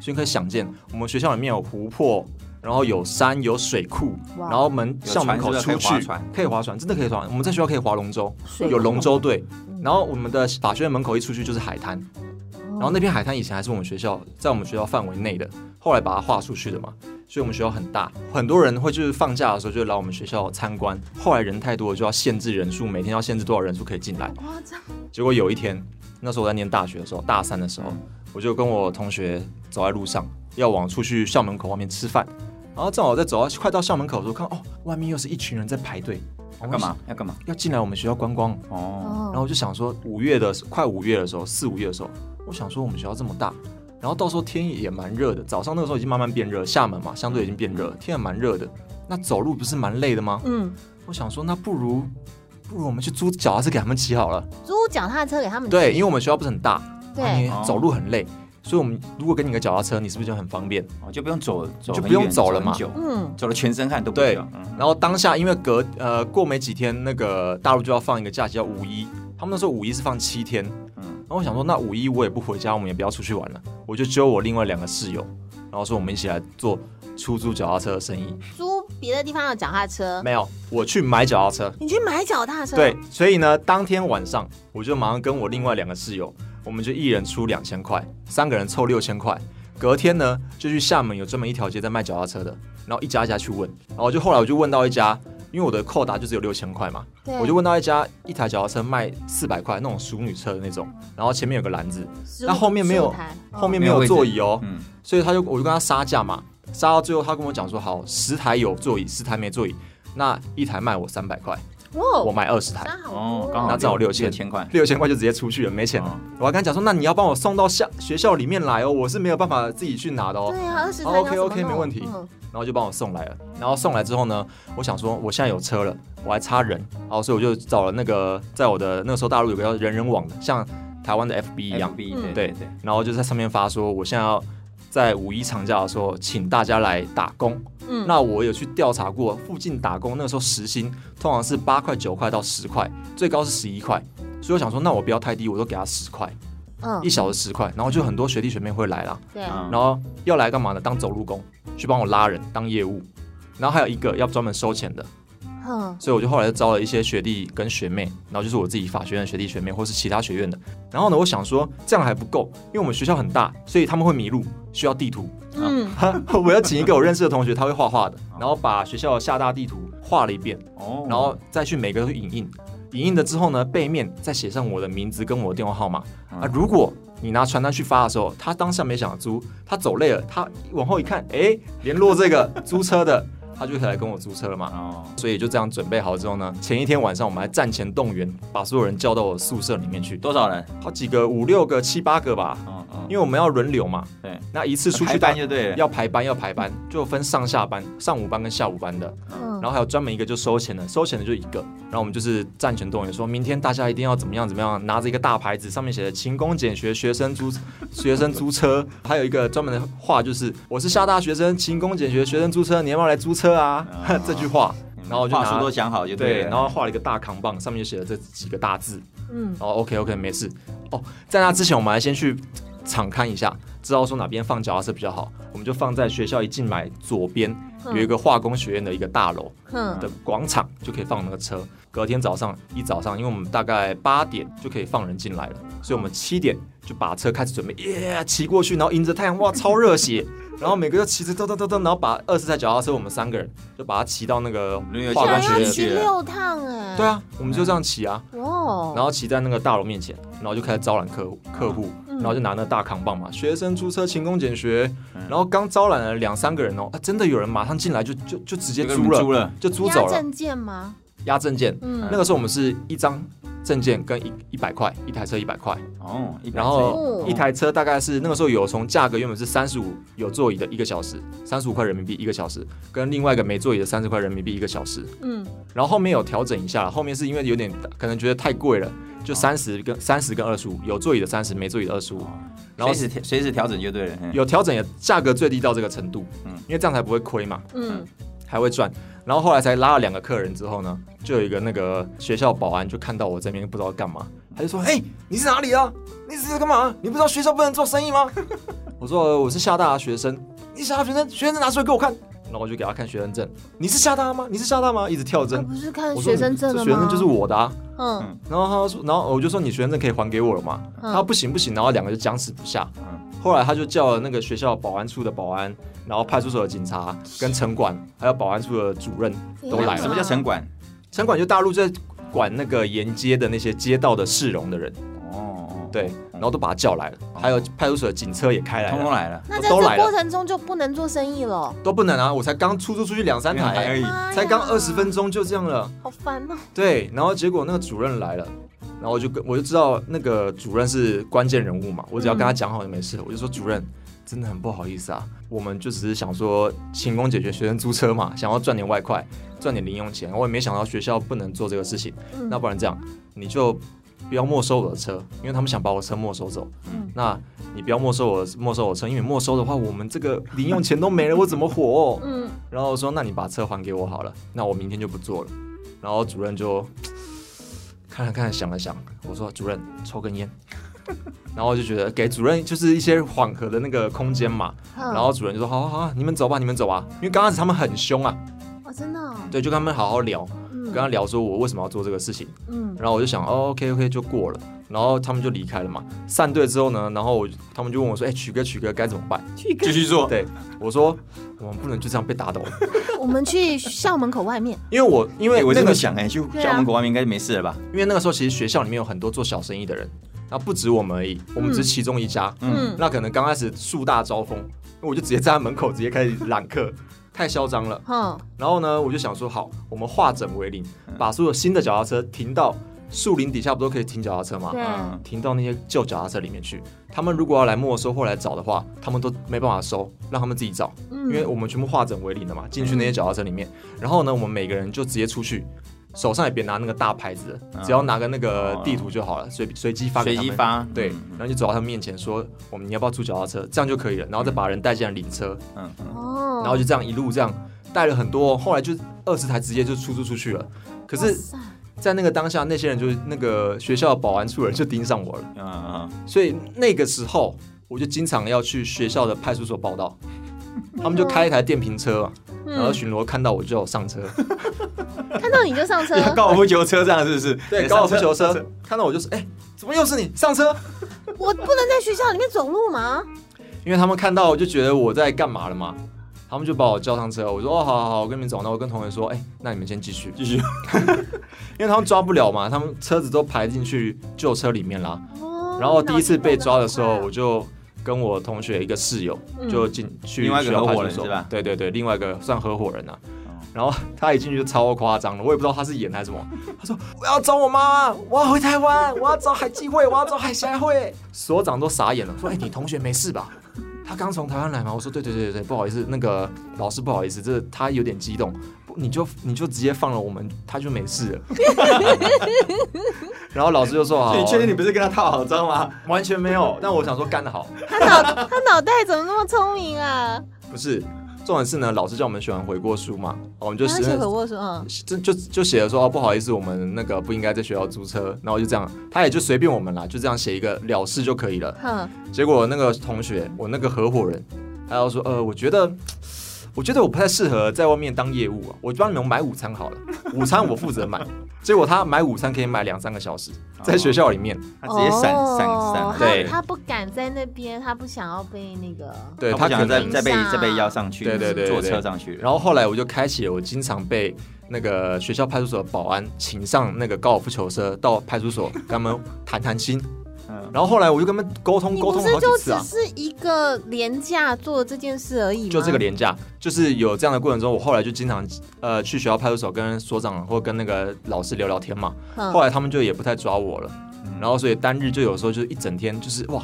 Speaker 4: 所以你可以想见，我们学校里面有湖泊。然后有山有水库，
Speaker 2: 哇
Speaker 4: 然后门
Speaker 3: 有
Speaker 4: 校门口
Speaker 3: 船是
Speaker 4: 出
Speaker 3: 不是可以划
Speaker 4: 去
Speaker 3: 船
Speaker 4: 可以划船，真的可以划船。我们在学校可以划龙舟，
Speaker 2: 水库
Speaker 4: 有龙舟队。然后我们的法学院门口一出去就是海滩，然后那片海滩以前还是我们学校在我们学校范围内的，后来把它划出去的嘛。所以我们学校很大，很多人会就是放假的时候就来我们学校参观。后来人太多了，就要限制人数，每天要限制多少人数可以进来。
Speaker 2: 哇，这样
Speaker 4: 结果有一天，那时候我在念大学的时候，大三的时候
Speaker 3: 嗯，
Speaker 4: 我就跟我同学走在路上，要往出去校门口外面吃饭。然后正好在走到快到校门口的时候，看哦，外面又是一群人在排队，
Speaker 3: 要干嘛？要干嘛？
Speaker 4: 要进来我们学校观光。
Speaker 3: 哦，
Speaker 4: 然
Speaker 2: 哦，
Speaker 4: 后我就想说，五月的快五月的时候，四五月的时候，我想说我们学校这么大，然后到时候天也蛮热的，早上那个时候已经慢慢变热，厦门嘛相对已经变热，天也蛮热的，那走路不是蛮累的吗？
Speaker 2: 嗯，
Speaker 4: 我想说，那不如不如我们去租脚踏车给他们骑好了。
Speaker 2: 租脚踏车给他们
Speaker 4: 对，因为我们学校不是很大，
Speaker 2: 对
Speaker 4: 啊你
Speaker 3: 哦
Speaker 4: 走路很累，所以我们如果给你个脚踏车，你是不是就很方便？
Speaker 3: 哦就不用走，走
Speaker 4: 就
Speaker 3: 很
Speaker 4: 不用
Speaker 3: 远
Speaker 4: 走了
Speaker 3: 很
Speaker 4: 嘛
Speaker 3: 久
Speaker 2: 嗯，
Speaker 3: 走了全身汗都不
Speaker 4: 对
Speaker 3: 需要嗯，
Speaker 4: 然后当下因为隔呃过没几天，那个大陆就要放一个假期叫五一，他们那时候五一是放七天，嗯
Speaker 3: 嗯，
Speaker 4: 然后我想说那五一我也不回家，我们也不要出去玩了，我就揪我另外两个室友，然后说我们一起来做出租脚踏车的生意。
Speaker 2: 租别的地方的脚踏车，
Speaker 4: 没有，我去买脚踏车。
Speaker 2: 你去买脚踏车，
Speaker 4: 对，，所以呢，当天晚上我就马上跟我另外两个室友，我们就一人出两千块，三个人凑六千块。隔天呢，就去厦门有专门一条街在卖脚踏车的，然后一家一家去问，然后就后来我就问到一家，因为我的扣打就只有六千块嘛，
Speaker 2: 对
Speaker 4: 我就问到一家一台脚踏车卖四百块那种淑女车的那种，然后前面有个篮子，
Speaker 2: 15
Speaker 4: 那后面没有
Speaker 2: 15台
Speaker 4: 后面
Speaker 3: 没
Speaker 4: 没
Speaker 3: 有
Speaker 4: 有
Speaker 3: 位
Speaker 4: 座
Speaker 3: 置
Speaker 4: 椅哦，
Speaker 3: 嗯，
Speaker 4: 所以他就我就跟他杀价嘛，杀到最后他跟我讲说好，十台有座椅，十台没座椅，那一台卖我三百块，我
Speaker 2: 哦哇，
Speaker 4: 买二十台。
Speaker 2: 那好
Speaker 3: 哦，
Speaker 2: 多
Speaker 3: 刚
Speaker 2: 哦，
Speaker 3: 好
Speaker 4: 那正好6000
Speaker 3: 千块，
Speaker 4: 六千块就直接出去了，没钱了。
Speaker 3: 哦
Speaker 4: 我还跟他讲说，那你要帮我送到下学校里面来哦，我是没有办法自己去拿的哦。
Speaker 2: 对啊，二十台
Speaker 4: 哦
Speaker 2: 要
Speaker 4: ，OK，
Speaker 2: 怎么
Speaker 4: OK，
Speaker 2: 弄
Speaker 4: 没问题
Speaker 2: 嗯
Speaker 4: 然后就帮我送来了。然后送来之后呢，我想说我现在有车了，我还差人，然后所以我就找了那个在我的那个时候大陆有个叫人人网的，像台湾的 FB 一样，
Speaker 3: FB
Speaker 2: 嗯
Speaker 3: 对对对，
Speaker 4: 然后就在上面发说我现在要。在五一长假的时候，请大家来打工。
Speaker 2: 嗯，
Speaker 4: 那我有去调查过，附近打工那时候时薪通常是八块、九块到十块，最高是十一块。所以我想说，那我不要太低，我都给他十块。
Speaker 2: 嗯
Speaker 4: 一，小时十块，然后就很多学弟学妹会来啦，
Speaker 2: 对，
Speaker 3: 嗯
Speaker 4: 然后要来干嘛呢？当走路工，去帮我拉人，当业务。然后还有一个要专门收钱的，
Speaker 2: 嗯，
Speaker 4: 所以我就后来就招了一些学弟跟学妹，然后就是我自己法学院的学弟学妹，或是其他学院的。然后呢，我想说这样还不够，因为我们学校很大，所以他们会迷路，需要地图。
Speaker 2: 嗯，
Speaker 4: 我要请一个我认识的同学，他会画画的，然后把学校的厦大地图画了一遍，
Speaker 3: 哦，
Speaker 4: 然后再去每个都影印，影印了之后呢，背面再写上我的名字跟我的电话号码。
Speaker 3: 嗯
Speaker 4: 啊，如果你拿传单去发的时候，他当下没想租，他走累了，他往后一看，哎，联络 这个租车的，他就可以来跟我租车了嘛。
Speaker 3: 哦，
Speaker 4: 所以就这样准备好之后呢，前一天晚上我们还战前动员，把所有人叫到我宿舍里面去，
Speaker 3: 多少人？
Speaker 4: 好几个五六个七八个吧，
Speaker 3: 哦哦，
Speaker 4: 因为我们要轮流嘛。
Speaker 3: 对，
Speaker 4: 那一次出去
Speaker 3: 排班就对了，
Speaker 4: 要排班，要排班，就分上下班、上午班跟下午班的。
Speaker 2: 嗯，
Speaker 4: 然后还有专门一个就收钱的，收钱的就一个。然后我们就是站全动员，说明天大家一定要怎么样怎么样，拿着一个大牌子，上面写着“勤工俭学，学生租 学生租车”，还有一个专门的话就是“我是厦大学生，勤工俭学，学生租车，你要不要来租车啊？”
Speaker 3: 哦
Speaker 4: 这句话，
Speaker 3: 嗯
Speaker 4: 然后我就
Speaker 3: 话
Speaker 4: 拿
Speaker 3: 术都讲好就
Speaker 4: 对，
Speaker 3: 了，
Speaker 4: 然后画了一个大扛棒，上面就写了这几个大字。
Speaker 2: 嗯，
Speaker 4: 然后 OK OK 没事。哦，在那之前我们还先去场看一下，知道说哪边放脚踏车比较好，我们就放在学校一进来左边有一个化工学院的一个大楼。
Speaker 2: 嗯，
Speaker 4: 的广场就可以放那个车。隔天早上一早上，因为我们大概八点就可以放人进来了，所以我们七点就把车开始准备，耶，骑过去，然后迎着太阳，哇，超热血。 然后每个就骑着噔噔噔噔，然后把二十台脚踏车，我们三个人就把它骑到那个
Speaker 3: 旅游
Speaker 4: 化
Speaker 3: 好
Speaker 4: 工
Speaker 3: 吧
Speaker 2: 想
Speaker 3: 区
Speaker 2: 要
Speaker 4: 学院。
Speaker 2: 骑啊六趟哎，
Speaker 4: 对，啊，我们就这样骑啊，
Speaker 2: 哇，哦
Speaker 4: 然后骑在那个大楼面前，然后就开始招揽客户客户，
Speaker 2: 嗯
Speaker 4: 然后就拿那个大扛棒嘛，学生租车勤工俭学，然后刚招揽了两三个人哦，啊，真的有人马上进来就就就直接
Speaker 3: 就跟
Speaker 4: 租
Speaker 3: 我们租
Speaker 4: 了，
Speaker 3: 了，
Speaker 4: 就租
Speaker 2: 押
Speaker 4: 走了。
Speaker 2: 证件吗？
Speaker 4: 押证件，
Speaker 2: 嗯
Speaker 4: 那个时候我们是一张证件跟一一百块，一台车一百块，
Speaker 3: 哦，一百
Speaker 4: 然
Speaker 2: 哦
Speaker 4: 后一台车大概是那个时候有从价格原本是三十五有座椅的一个小时，三十五块人民币一个小时，跟另外一个没座椅的三十块人民币一个小时，
Speaker 2: 嗯，
Speaker 4: 然后后面有调整一下，后面是因为有点可能觉得太贵了，就三十跟三十跟二十五，有座椅的三十，没座椅的二十
Speaker 3: 哦
Speaker 4: 五，然
Speaker 3: 然后
Speaker 4: 后
Speaker 3: 随时调随时调整就对了，嗯
Speaker 4: 有调整也价格最低到这个程度，
Speaker 3: 嗯
Speaker 4: 因为这样才不会亏嘛。
Speaker 2: 嗯，
Speaker 4: 还会赚。然后后来才拉了两个客人之后呢，就有一个那个学校保安就看到我这边不知道干嘛，他就说：“嘿，你是哪里啊？你是干嘛？你不知道学校不能做生意吗？”我说呃：“我是厦大的学生。”你是厦大学生，学生证拿出来给我看。然后我就给他看学生证，你是厦大吗？你是厦大吗？一直跳
Speaker 2: 这
Speaker 4: 针。
Speaker 2: 不是看
Speaker 4: 我说
Speaker 2: 学生证
Speaker 4: 这
Speaker 2: 了吗？
Speaker 4: 学生证就是，我的啊。
Speaker 2: 嗯
Speaker 4: 然后他说，然后我就说你学生证可以还给我了吗？
Speaker 2: 嗯
Speaker 4: 他说不行不行，然后两个就僵持不下。
Speaker 3: 嗯
Speaker 4: 后来他就叫了那个学校保安处的保安，然后派出所的警察、跟城管，还有保安处的主任都来
Speaker 2: 嗯
Speaker 3: 什
Speaker 4: 了。
Speaker 3: 么叫城管？
Speaker 4: 城管就大陆在管那个沿街的那些街道的市容的人，
Speaker 3: 哦，哦
Speaker 4: 对，然后都把他叫来了，还有派出所的警车也开来
Speaker 3: 哦通通
Speaker 4: 了，
Speaker 3: 来了，
Speaker 2: 那在
Speaker 4: 都
Speaker 2: 这
Speaker 4: 来了
Speaker 2: 过程中就不能做生意了，哎
Speaker 4: 都不能啊！我才刚出租出去两三台
Speaker 3: 而
Speaker 4: 欸，
Speaker 3: 已。
Speaker 2: 妈呀
Speaker 4: 才刚二十分，钟就这样了。
Speaker 2: 好烦哦。
Speaker 4: 对，然后结果那个主任来了，然后我就跟我就知道那个主任是关键人物嘛，我只要跟他
Speaker 2: 嗯
Speaker 4: 讲好就没事了。我就说主任，真的很不好意思啊，我们就只是想说勤工解决学生租车嘛，想要赚点外快，赚点零用钱。我也没想到学校不能做这个事情，
Speaker 2: 嗯
Speaker 4: 那不然这样，你就不要没收我的车，因为他们想把我的车没收走。
Speaker 2: 嗯
Speaker 4: 那你不要没收我的没收我的车，因为没收的话，我们这个零用钱都没了，我怎么活、哦？
Speaker 2: 嗯，
Speaker 4: 然后我说那你把车还给我好了，那我明天就不做了。然后主任就看了看，想了想，我说主任抽根烟， 然后我就觉得给主任就是一些缓和的那个空间嘛。
Speaker 2: 然
Speaker 4: 然后主任就说好好好啊，你们走吧，你们走吧，因为刚开始他们很凶啊，
Speaker 2: 哦，真的哦，
Speaker 4: 对，就跟他们好好聊，跟他聊说我为什么要做这个事情。
Speaker 2: 嗯
Speaker 4: 然后我就想，哦，OK OK，就过了。然后他们就离开了嘛。散队之后呢，然后我就他们就问我说，哎、曲哥曲哥该怎么办？
Speaker 3: 继续做，
Speaker 4: 对我说，我们不能就这样被打倒，
Speaker 2: 我们去校门口外面，
Speaker 4: 因为我因为
Speaker 3: 哎我
Speaker 4: 那
Speaker 3: 这
Speaker 4: 个
Speaker 3: 么想哎，就
Speaker 2: 对啊
Speaker 3: 校门口外面应该没事了吧？
Speaker 4: 因为那个时候其实学校里面有很多做小生意的人，那不止我们而已，我们只是其中一家。
Speaker 2: 嗯
Speaker 4: 那可能刚开始树大招风，那我就直接站在门口直接开始揽客， 太嚣张了。
Speaker 2: 哼，
Speaker 4: 然后呢，我就想说，好，我们化整为零，把所有新的脚踏车停到树林底下，不都可以停脚踏车吗？
Speaker 2: 对啊
Speaker 3: 嗯，
Speaker 4: 停到那些旧脚踏车里面去。他们如果要来没收或来找的话，他们都没办法收，让他们自己找，因为
Speaker 2: 嗯，
Speaker 4: 我们全部化整为零了嘛，进去那些
Speaker 3: 嗯
Speaker 4: 脚踏车里面。然后呢，我们每个人就直接出去，手上也别拿那个大牌子了，
Speaker 3: 嗯
Speaker 4: 只要拿个那个地图就好了，随随机发给
Speaker 3: 随
Speaker 4: 他
Speaker 3: 机
Speaker 4: 们。
Speaker 3: 发，
Speaker 4: 对
Speaker 3: 嗯，
Speaker 4: 然后就走到他们面前说：“我们你要不要租脚踏车？这样就可以了。”然后再把人带进来领车，
Speaker 3: 嗯嗯，
Speaker 2: 哦，
Speaker 4: 然后就这样一路这样带了很多，后来就二十台直接就出租出去了。可
Speaker 2: 哇
Speaker 4: 是，
Speaker 2: 塞
Speaker 4: 在那个当下，那些人就是那个学校的保安处的人就盯上我了。
Speaker 3: 嗯嗯嗯，
Speaker 4: 所以那个时候我就经常要去学校的派出所报道，他们就开一台电瓶车嘛，然后
Speaker 2: 嗯，
Speaker 4: 巡逻看到我就上车，
Speaker 2: 看到你就上
Speaker 4: 啊
Speaker 2: 车，
Speaker 3: 高尔夫球车这样是不是？
Speaker 4: 对，
Speaker 3: 哎
Speaker 4: 高尔夫
Speaker 3: 上
Speaker 4: 球车看到我就是，哎、怎么又是你上车？
Speaker 2: 我不能在学校里面走路吗？
Speaker 4: 因为他们看到我就觉得我在干嘛了嘛，他们就把我叫上车，我说哦，好好好，我跟你们走，那我跟同学说，哎、那你们先继续，
Speaker 3: 继续，
Speaker 4: 因为他们抓不了嘛，他们车子都排进去旧车里面啦，
Speaker 2: 哦，
Speaker 4: 然后第一次被抓的时候，我
Speaker 2: 我
Speaker 4: 就跟我同学一个室友
Speaker 2: 啊嗯
Speaker 4: 就进去
Speaker 3: 另外一个
Speaker 4: 学校派出
Speaker 3: 合伙人
Speaker 4: 所
Speaker 3: 是吧
Speaker 4: 对对对，另外一个算合伙人啊。然后他一进去就超夸张了，我也不知道他是演还是什么。 他说：“我要找我妈妈，我要回台湾，我要找海基会，我要找海峡会。”所长都傻眼了，说：“哎、你同学没事吧？”他刚从台湾来吗？我说：“对对对对对，不好意思，那个老师不好意思，这他有点激动，不你就你就直接放了我们，他就没事了。” 然后老师就说：“好，
Speaker 3: 你不是跟他套好招吗？
Speaker 4: 完全没有。但我想说干得好，
Speaker 2: 他脑他脑袋怎么那么聪明啊？
Speaker 4: 不是。重点是呢，老师叫我们写完悔过书嘛，哦我们就
Speaker 2: 他
Speaker 4: 实
Speaker 2: 写回我说，嗯，
Speaker 4: 就就就写了说哦，不好意思，我们那个不应该在学校租车，然后就这样，他也就随便我们啦，就这样写一个了事就可以了。
Speaker 2: 哼，
Speaker 4: 结果那个同学，我那个合伙人，他要说，呃，我觉得，我觉得我不太适合在外面当业务啊，我帮你们买午餐 好了，午餐我负责买。结果他买午餐可以买两三个小时，在学校里面，
Speaker 3: 他直接闪
Speaker 2: 哦
Speaker 3: 闪闪，
Speaker 4: 对
Speaker 2: 他他不敢在那边，他不想要被那个，
Speaker 4: 对
Speaker 3: 他
Speaker 4: 他
Speaker 3: 不
Speaker 4: 可
Speaker 3: 想再
Speaker 4: 能
Speaker 3: 再被
Speaker 2: 影响
Speaker 3: 再被邀上去，
Speaker 4: 对对对对
Speaker 3: 坐
Speaker 4: 对
Speaker 3: 车上去了。
Speaker 4: 然后后来我就开启了我经常被那个学校派出所的保安请上那个高尔夫球车到派出所跟他们谈谈心。
Speaker 3: 嗯
Speaker 4: 然后后来我就跟他们沟通
Speaker 2: 你
Speaker 4: 沟
Speaker 2: 不
Speaker 4: 通
Speaker 2: 是
Speaker 4: 好
Speaker 2: 就
Speaker 4: 几次
Speaker 2: 只
Speaker 4: 啊，
Speaker 2: 是一个廉价做这件事而已吗？
Speaker 4: 就这个廉价，就是有这样的过程中，我后来就经常呃去学校派出所跟所长或跟那个老师聊聊天嘛。
Speaker 2: 哼，
Speaker 4: 后来他们就也不太抓我了，
Speaker 3: 嗯
Speaker 4: 然后所以单日就有时候就是一整天就是哇。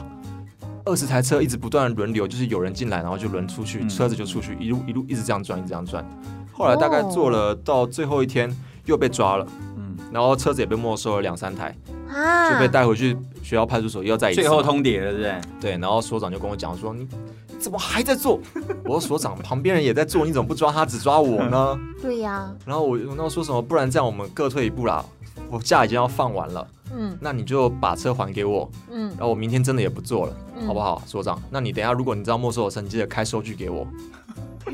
Speaker 4: 二十台车一直不断地轮流，就是有人进来，然后就轮出去，
Speaker 3: 嗯
Speaker 4: 车子就出去，一路一路一直这样转，一直这样转。后来大概
Speaker 2: 哦
Speaker 4: 做了到最后一天又被抓了，
Speaker 3: 嗯，
Speaker 4: 然后车子也被没收了两三台，
Speaker 2: 啊，
Speaker 4: 就被带回去学校派出所又再一次嘛。
Speaker 3: 最后通牒了，对不对？
Speaker 4: 对，然后所长就跟我讲说：“你怎么还在做？”我说：“所长，旁边人也在做，你怎么不抓他，只抓我呢
Speaker 2: 对呀，？”
Speaker 4: 然后我我那说什么，不然这样我们各退一步啦。我假已经要放完了，
Speaker 2: 嗯
Speaker 4: 那你就把车还给我，
Speaker 2: 嗯
Speaker 4: 然后我明天真的也不做了，
Speaker 2: 嗯
Speaker 4: 好不好，所长？那你等一下，如果你知道没收我车，你记得开收据给我。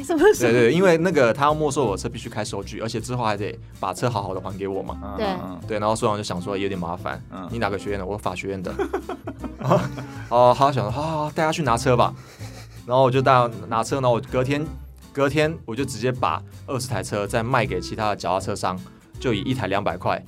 Speaker 2: 什么
Speaker 4: 对
Speaker 2: 什么？
Speaker 4: 对，因为那个他要没收我车，必须开收据，而且之后还得把车好好的还给我嘛。
Speaker 3: 嗯
Speaker 2: 对
Speaker 3: 嗯
Speaker 4: 对，然后所长就想说有点麻烦，
Speaker 3: 嗯
Speaker 4: 你哪个学院的？我说法 学院的。哦，好，想说好好好带他去拿车吧。然后我就带他拿车，然后我隔天隔天我就直接把二十台车再卖给其他的脚踏车商，就以一台两百块，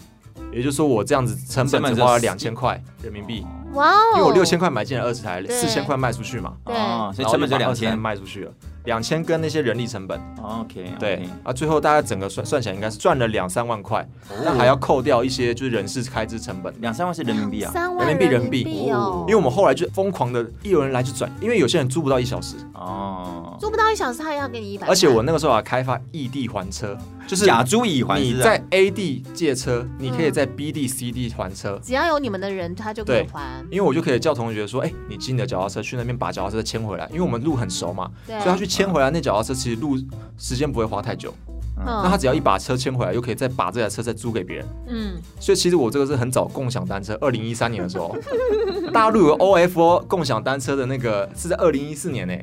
Speaker 4: 也就是说我这样子成
Speaker 3: 成
Speaker 4: 本
Speaker 3: 本
Speaker 4: 只
Speaker 3: 是
Speaker 4: 花了两千块人民币
Speaker 3: 哦。
Speaker 2: 哇哦！
Speaker 4: 因为我六千块买进来二十台，
Speaker 2: 对
Speaker 4: 四千块啊卖出去嘛，
Speaker 2: 对
Speaker 3: 哦，所以成本就
Speaker 4: 然
Speaker 3: 两
Speaker 4: 后把20台
Speaker 3: 千。
Speaker 4: 卖出去了，两千跟那些人力成本，
Speaker 3: OK，
Speaker 4: 对，啊，最后大概整个算算起来应该是赚了两三万块，
Speaker 3: 哦
Speaker 4: 但还要扣掉一些就是人事开支成本。
Speaker 3: 两三万是人民币啊。
Speaker 2: 三万
Speaker 4: 人民币人民币
Speaker 2: 哦
Speaker 4: 因为，我们后来就疯狂的，一有人来就转，因为有些人租不到一小时，
Speaker 3: 哦，
Speaker 2: 做不到一小时，他也要给你一百。
Speaker 4: 而且我那个时候还开发异地还车，就是
Speaker 3: 假租以还
Speaker 4: 你
Speaker 3: 是啊
Speaker 4: 在 A 地借车，你可以在 B 地、C 地还车，
Speaker 2: 只要有你们的人，他就可以还。
Speaker 4: 因为我就可以叫同学说，哎、你骑你的脚踏车去那边把脚踏车牵回来，因为我们路很熟嘛，
Speaker 2: 对
Speaker 4: 所以他去
Speaker 3: 嗯
Speaker 4: 牵回来那脚踏车其实路时间不会花太久，那他只要一把车牵回来，又可以再把这台车再租给别人，
Speaker 2: 嗯，
Speaker 4: 所以其实我这个是很早共享单车，二零一三年的时候， 大陆有 OFO 共享单车的那个是在二零一四年呢、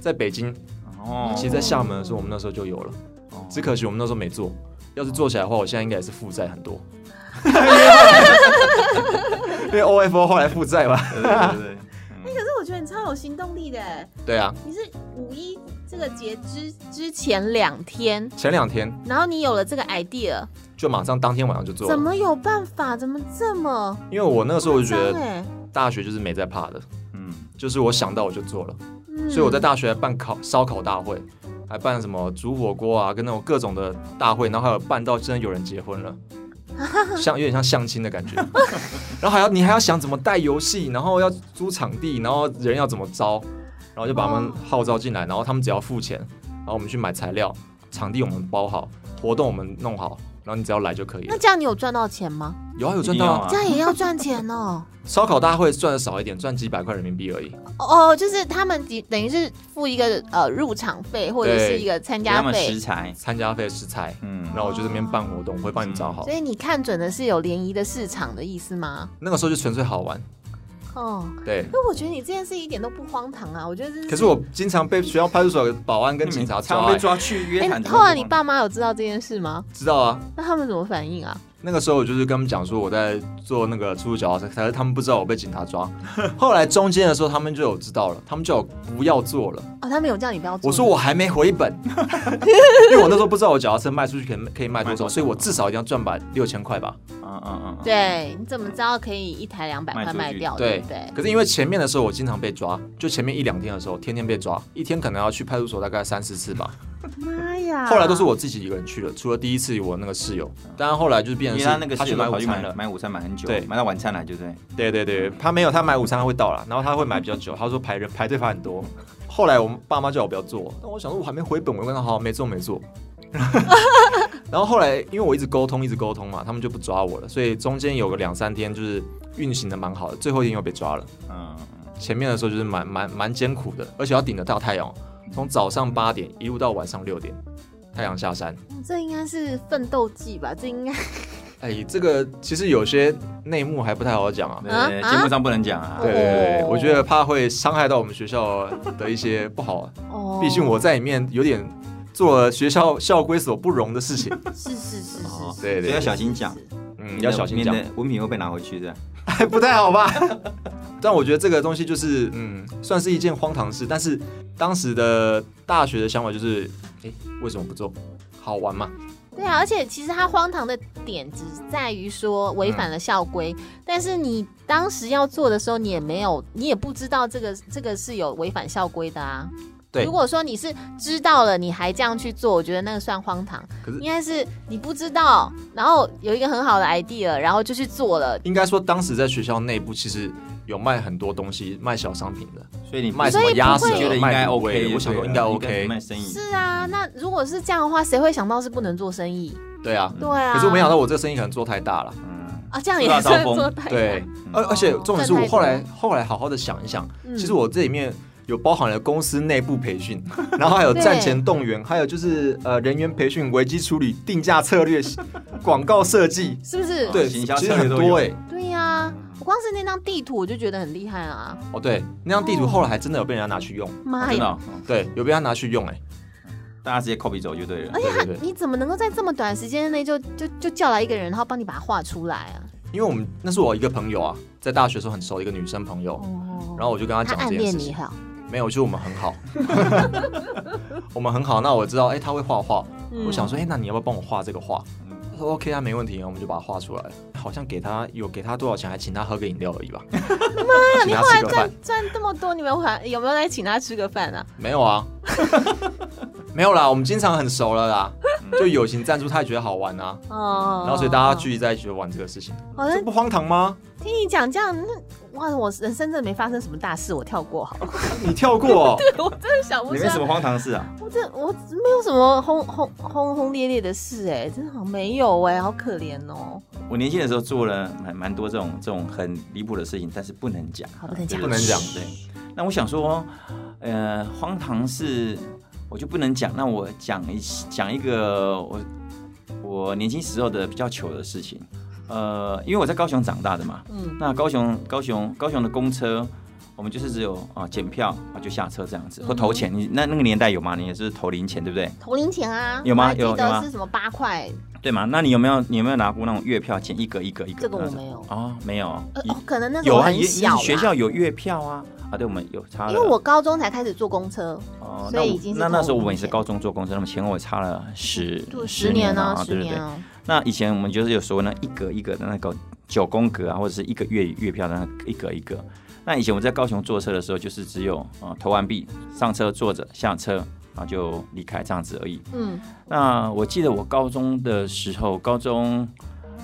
Speaker 4: 在北京，
Speaker 3: 哦，
Speaker 4: 其实在厦门的时候我们那时候就有了，
Speaker 3: 哦
Speaker 4: 只可惜我们那时候没做，要是做起来的话，我现在应该也是负债很 多。因为 OFO 后来负债嘛，
Speaker 3: 对对 对嗯对
Speaker 2: 可是我觉得你超有行动力的耶，
Speaker 4: 对啊，
Speaker 2: 你是五一这个节之之前两天，
Speaker 4: 前两天
Speaker 2: 然后你有了这个 idea，
Speaker 4: 就马上当天晚上就做
Speaker 2: 怎
Speaker 4: 了，
Speaker 2: 么有办法？怎么这么
Speaker 4: 因为我那个时候我就觉
Speaker 2: 夸张
Speaker 4: 得
Speaker 2: 欸
Speaker 4: 大学就是没在怕的，
Speaker 3: 嗯
Speaker 4: 就是我想到我就做了，
Speaker 2: 嗯
Speaker 4: 所以我在大学还办烤烧烤大会，还办什么煮火锅啊，跟那种各种的大会，然后还有办到真的有人结 婚了，像有点像相亲的感觉， 然后还要你还要想怎么带游戏，然后要租场地，然后人要怎么招，然后就把他们
Speaker 2: 哦
Speaker 4: 号召进来，然后他们只要付钱，然后我们去买材料，场地我们包好，活动我们弄好，然后你只要来就可以了
Speaker 2: 那。这样你有赚到钱吗？
Speaker 4: 有啊，有
Speaker 3: 一
Speaker 4: 赚
Speaker 3: 定
Speaker 4: 到
Speaker 3: 要
Speaker 4: 啊
Speaker 3: 啊。
Speaker 2: 这样也要赚钱 哦。
Speaker 4: 烧烤大会赚的少一点，赚几百块人民币而已。
Speaker 2: 哦，哦就是他们等等于是付一个呃入场费或者是一个参
Speaker 3: 给他
Speaker 2: 加
Speaker 3: 们食
Speaker 2: 费，
Speaker 3: 材，
Speaker 4: 参加费食材，
Speaker 3: 嗯，
Speaker 4: 然后我就这边办活动，我会帮你找好
Speaker 2: 所。以你看准的是有联谊的市场的意思吗？
Speaker 4: 那个时候就纯粹好玩，
Speaker 2: 哦，
Speaker 4: 对。
Speaker 2: 因为我觉得你这件事一点都不荒唐啊，我觉得这是
Speaker 4: 可是我经常被学校派出所的保安跟
Speaker 3: 你
Speaker 4: 警
Speaker 3: 们
Speaker 4: 察
Speaker 3: 常
Speaker 4: 抓、
Speaker 3: 被
Speaker 4: 欸，
Speaker 3: 抓去约
Speaker 2: 哎、
Speaker 3: 谈。
Speaker 2: 后来你爸妈有知道这件事吗？
Speaker 4: 知道啊。
Speaker 2: 那他们怎么反应啊？
Speaker 4: 那个时候我就是跟他们讲说我在做那个出租脚踏车，可是他们不知道我被警察抓。后来中间的时候他们就有知道了，他们就有不要做了。
Speaker 2: 哦，他们有叫你不要做。
Speaker 4: 我说我还没回本，因为我那时候不知道我脚踏车卖出去可以可以卖
Speaker 3: 卖
Speaker 4: 多少，
Speaker 3: 多少
Speaker 4: 所以我至少一定要赚把六千块吧。
Speaker 3: 嗯，嗯嗯嗯，，
Speaker 2: 对，你怎么知道可以一台两百
Speaker 3: 卖
Speaker 2: 块
Speaker 3: 出
Speaker 2: 卖
Speaker 3: 去
Speaker 2: 掉？对
Speaker 4: 对
Speaker 2: 不啊对，？
Speaker 4: 可是因为前面的时候我经常被抓，就前面一两天的时候，天天被抓，一天可能要去派出所大概三四次吧。
Speaker 2: 妈呀！
Speaker 4: 后来都是我自己一个人去了，除了第一次有我那个室友，当然后来就是变
Speaker 3: 因
Speaker 4: 成
Speaker 3: 为
Speaker 4: 是
Speaker 3: 他那个
Speaker 4: 他
Speaker 3: 室
Speaker 4: 去
Speaker 3: 友
Speaker 4: 买
Speaker 3: 都
Speaker 4: 午
Speaker 3: 跑去
Speaker 4: 餐
Speaker 3: 买
Speaker 4: 了，
Speaker 3: 买午餐买很久，
Speaker 4: 对
Speaker 3: 买到晚餐来，对不对？
Speaker 4: 对对对，他没有他买午餐他会到了，然后他会买比较久，他说排人排队排很多。后来我们爸妈叫我不要做，但我想说我还没回本，我就跟他好好没做没做。 然后后来因为我一直沟通一直沟通嘛，他们就不抓我了，所以中间有个两三天就是运行的蛮好的，最后一天又被抓了。
Speaker 3: 嗯，
Speaker 4: 前面的时候就是蛮蛮蛮艰苦的，而且要顶着大太阳，从早上八点一路到晚上六点，太阳下山。
Speaker 2: 这应该是奋斗记吧？这应该
Speaker 4: 哎，这个其实有些内幕还不太好讲啊。
Speaker 2: 啊
Speaker 3: 对，
Speaker 2: 啊
Speaker 3: 节目上不能讲啊
Speaker 4: 对。对对，我觉得怕会伤害到我们学校的一些不好，
Speaker 2: 哦，
Speaker 4: 毕竟我在里面有点做了学校校规所不容的事情。
Speaker 2: 是是是是
Speaker 3: 哦
Speaker 2: 是，
Speaker 4: 对
Speaker 3: 所以
Speaker 4: 对
Speaker 3: 要，小心讲，
Speaker 4: 嗯，要小心讲
Speaker 3: 免，得文凭会被拿回去的。
Speaker 4: 还不太好吧？但我觉得这个东西就是，嗯，算是一件荒唐事，但是当时的大学的想法就是，哎，为什么不做？好玩嘛，
Speaker 2: 对啊，而且其实它荒唐的点只在于说违反了校规，
Speaker 4: 嗯
Speaker 2: 但是你当时要做的时候，你也没有，你也不知道这个这个是有违反校规的啊。
Speaker 4: 对
Speaker 2: 如果说你是知道了，你还这样去做，我觉得那个算荒唐。
Speaker 4: 可是
Speaker 2: 应该是你不知道，然后有一个很好的 idea，然后就去做了。
Speaker 4: 应该说，当时在学校内部其实有卖很多东西，卖小商品的，
Speaker 3: 所以你
Speaker 4: 卖什
Speaker 2: 所
Speaker 4: 么
Speaker 2: 以不
Speaker 4: 鸭
Speaker 2: 会
Speaker 4: 舌，
Speaker 2: 我
Speaker 3: 觉得应该
Speaker 4: 卖卤味
Speaker 3: OK，
Speaker 4: 我想
Speaker 3: 就
Speaker 4: 说
Speaker 3: 对
Speaker 4: 应该
Speaker 3: 了
Speaker 4: OK，
Speaker 3: 卖生意。
Speaker 2: 是啊，那如果是这样的话，谁会想到是不能做生意？
Speaker 4: 对啊。
Speaker 2: 对啊，
Speaker 4: 可是我没想到我这个生意可能做太大了，
Speaker 3: 嗯，
Speaker 2: 啊，这样
Speaker 3: 树大
Speaker 2: 也
Speaker 3: 招
Speaker 2: 算
Speaker 3: 风
Speaker 2: 做太
Speaker 4: 对
Speaker 2: 大。，哦
Speaker 3: 嗯
Speaker 4: 而而且重点是我后来
Speaker 2: 赚
Speaker 4: 后来好好的想一想，
Speaker 2: 嗯
Speaker 4: 其实我这里面有包含了公司内部培训， 然后还有战前动员，还有就是呃人员培训、危机处理、定价策略、 广告设计，
Speaker 2: 是不是？
Speaker 4: 对，
Speaker 3: 行销
Speaker 4: 其实
Speaker 3: 策略
Speaker 4: 很
Speaker 3: 都
Speaker 4: 多
Speaker 3: 有
Speaker 4: 哎、
Speaker 2: 对呀、我光是那张地图我就觉得很厉害啊！
Speaker 4: 哦对，那
Speaker 2: 嗯
Speaker 4: 张地图后来还真的有被人家拿去用，
Speaker 2: 妈
Speaker 3: 真的
Speaker 2: 哎呀！
Speaker 4: 啊
Speaker 3: 哦，哦
Speaker 4: 对，有被他拿去用哎、
Speaker 3: 大家直接 copy 走就对了
Speaker 2: 而。且他
Speaker 4: 对对对
Speaker 2: 你怎么能够在这么短时间内就就就叫来一个人，然后帮你把它画出来啊？
Speaker 4: 因为我们那是我一个朋友啊，在大学时候很熟的一个女生朋友，
Speaker 2: 哦，
Speaker 4: 然后我就跟她
Speaker 2: 他
Speaker 4: 讲
Speaker 2: 暗
Speaker 4: 这件
Speaker 2: 恋
Speaker 4: 事
Speaker 2: 你
Speaker 4: 情，
Speaker 2: 哈？
Speaker 4: 没有，就是我们很好，我们很好，那我知道哎、她会画画，
Speaker 2: 嗯
Speaker 4: 我想说哎、那你要不要帮我画这个画？
Speaker 3: 嗯
Speaker 4: 他说 OK 啊，没问题，我们就把它画出来。好像给他有给他多少钱，还请他喝个饮料而已吧。妈，请他吃个饭
Speaker 2: 赚赚这么多，你们还有没有来请他吃个饭啊？
Speaker 4: 没有啊，没有啦，我们经常很熟了啦，就友情赞助，他也觉得好玩啊，
Speaker 2: 哦，嗯
Speaker 4: 然后所以大家聚集在一起就玩这个事情，
Speaker 2: 好
Speaker 4: 这
Speaker 2: 像
Speaker 4: 不荒唐吗？
Speaker 2: 听你讲这样，那哇，我人生真的没发生什么大事，我跳过好了。
Speaker 4: 你跳过、 哦，
Speaker 2: 我真的想不
Speaker 3: 你
Speaker 2: 出
Speaker 3: 没什
Speaker 2: 来，
Speaker 3: 么荒唐事啊？
Speaker 2: 我这我没有什么轰轰轰轰烈烈的事哎、真的好像没有哎、好可怜哦。
Speaker 3: 我年轻的时候做了蛮蛮多这种这种很离谱的事情，但是不能讲，
Speaker 2: 好不能讲
Speaker 4: 不能讲
Speaker 3: 对，那我想说，呃，荒唐事我就不能讲，那我讲一讲一个我我年轻时候的比较糗的事情。呃，因为我在高雄长大的嘛，
Speaker 2: 嗯，
Speaker 3: 那高雄高雄高雄的公车，我们就是只有啊检票啊就下车这样子，或投钱。你那那个年代有吗？你也是投零钱对不对？
Speaker 2: 投零钱啊，
Speaker 3: 有吗
Speaker 2: 我还记
Speaker 3: 有有
Speaker 2: 得
Speaker 3: 吗
Speaker 2: 是什么八块？
Speaker 3: 对吗？那你有没有你有没有拿过那种月票钱一格一格一格？
Speaker 2: 这个我
Speaker 3: 那种
Speaker 2: 没有
Speaker 3: 哦，没有。
Speaker 2: 呃
Speaker 3: 一
Speaker 2: 哦，可能那时
Speaker 3: 有
Speaker 2: 候
Speaker 3: 啊，
Speaker 2: 很
Speaker 3: 也
Speaker 2: 小啦
Speaker 3: 学校有月票啊啊，对，我们有差了。
Speaker 2: 因为我高中才开始坐公车，
Speaker 3: 哦，
Speaker 2: 所
Speaker 3: 那
Speaker 2: 以
Speaker 3: 我
Speaker 2: 已经是
Speaker 3: 那那时候
Speaker 2: 投五
Speaker 3: 我也是
Speaker 2: 年
Speaker 3: 高中做公司，那么前后我差了十
Speaker 2: 就
Speaker 3: 十
Speaker 2: 嗯十年
Speaker 3: 啊，
Speaker 2: 啊，十
Speaker 3: 对不对
Speaker 2: 年？啊，
Speaker 3: 那以前我们就是有所谓那一格一格的那个九宫格啊，或者是一个月月票的那个一格一格。那以前我在高雄坐车的时候，就是只有啊、投完币上车坐着下车，然后就离开这样子而已。
Speaker 2: 嗯，
Speaker 3: 那我记得我高中的时候，高中，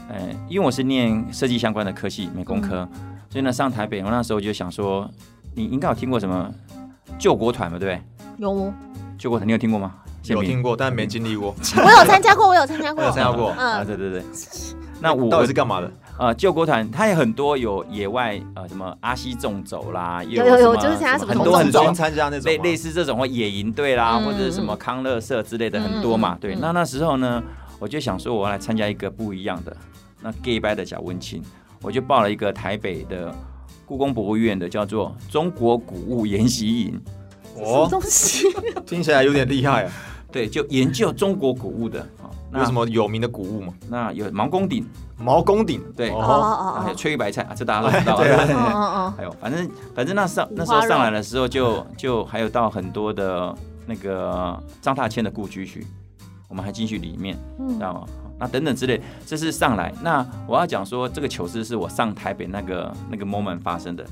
Speaker 3: 呃，因为我是念设计相关的科系，美工科，
Speaker 2: 嗯
Speaker 3: 所以呢上台北，我那时候就想说，你应该有听过什么救国团嘛，对不对？
Speaker 2: 有我
Speaker 3: 救国团你有听过吗？宪
Speaker 4: 有
Speaker 3: 兵
Speaker 4: 听过，但没经历过。
Speaker 2: 有参加过，我有参加过
Speaker 4: 我有，参加过，
Speaker 3: 啊，
Speaker 2: 嗯，
Speaker 3: 对 对对。那我
Speaker 4: 到底是干嘛的？
Speaker 3: 呃救国团，它有很多有野外呃什么阿西纵走啦，也
Speaker 2: 有有有
Speaker 3: 什么
Speaker 2: 就是参加什么
Speaker 3: 很多
Speaker 2: 同
Speaker 3: 很
Speaker 2: 种
Speaker 3: 多
Speaker 4: 中参加那种
Speaker 3: 类
Speaker 4: 吗
Speaker 3: 类似这种或野营队啦，
Speaker 2: 嗯
Speaker 3: 或者什么康乐社之类的很多嘛。
Speaker 2: 嗯
Speaker 3: 对，
Speaker 2: 嗯
Speaker 3: 那那时候呢，我就想说我要来参加一个不一样的那 gay 拜的小温情，我就报了一个台北的故宫博物院的叫做中国古物研习营，
Speaker 2: 什么
Speaker 4: 哦，
Speaker 2: 东西？
Speaker 4: 听起来有点厉害啊。
Speaker 3: 对，就研究中国古物的。哦
Speaker 4: 有
Speaker 3: 那
Speaker 4: 什么有名的古物吗？
Speaker 3: 那有毛公鼎，
Speaker 4: 毛公鼎，
Speaker 3: 对
Speaker 2: 哦
Speaker 4: 哦，
Speaker 3: 而且
Speaker 2: 哦
Speaker 3: 翠玉白菜啊，这大家都知道。
Speaker 4: 对啊
Speaker 2: 哦哦哦
Speaker 3: 还有，反正反正那上
Speaker 2: 五花肉
Speaker 3: 那时候上来的时候就就还有到很多的那个张大千的故居去，我们还进去里面，
Speaker 2: 嗯
Speaker 3: 知道吗？那等等之类，这是上来。那我要讲说，这个糗事是我上台北那个那个 moment 发生的。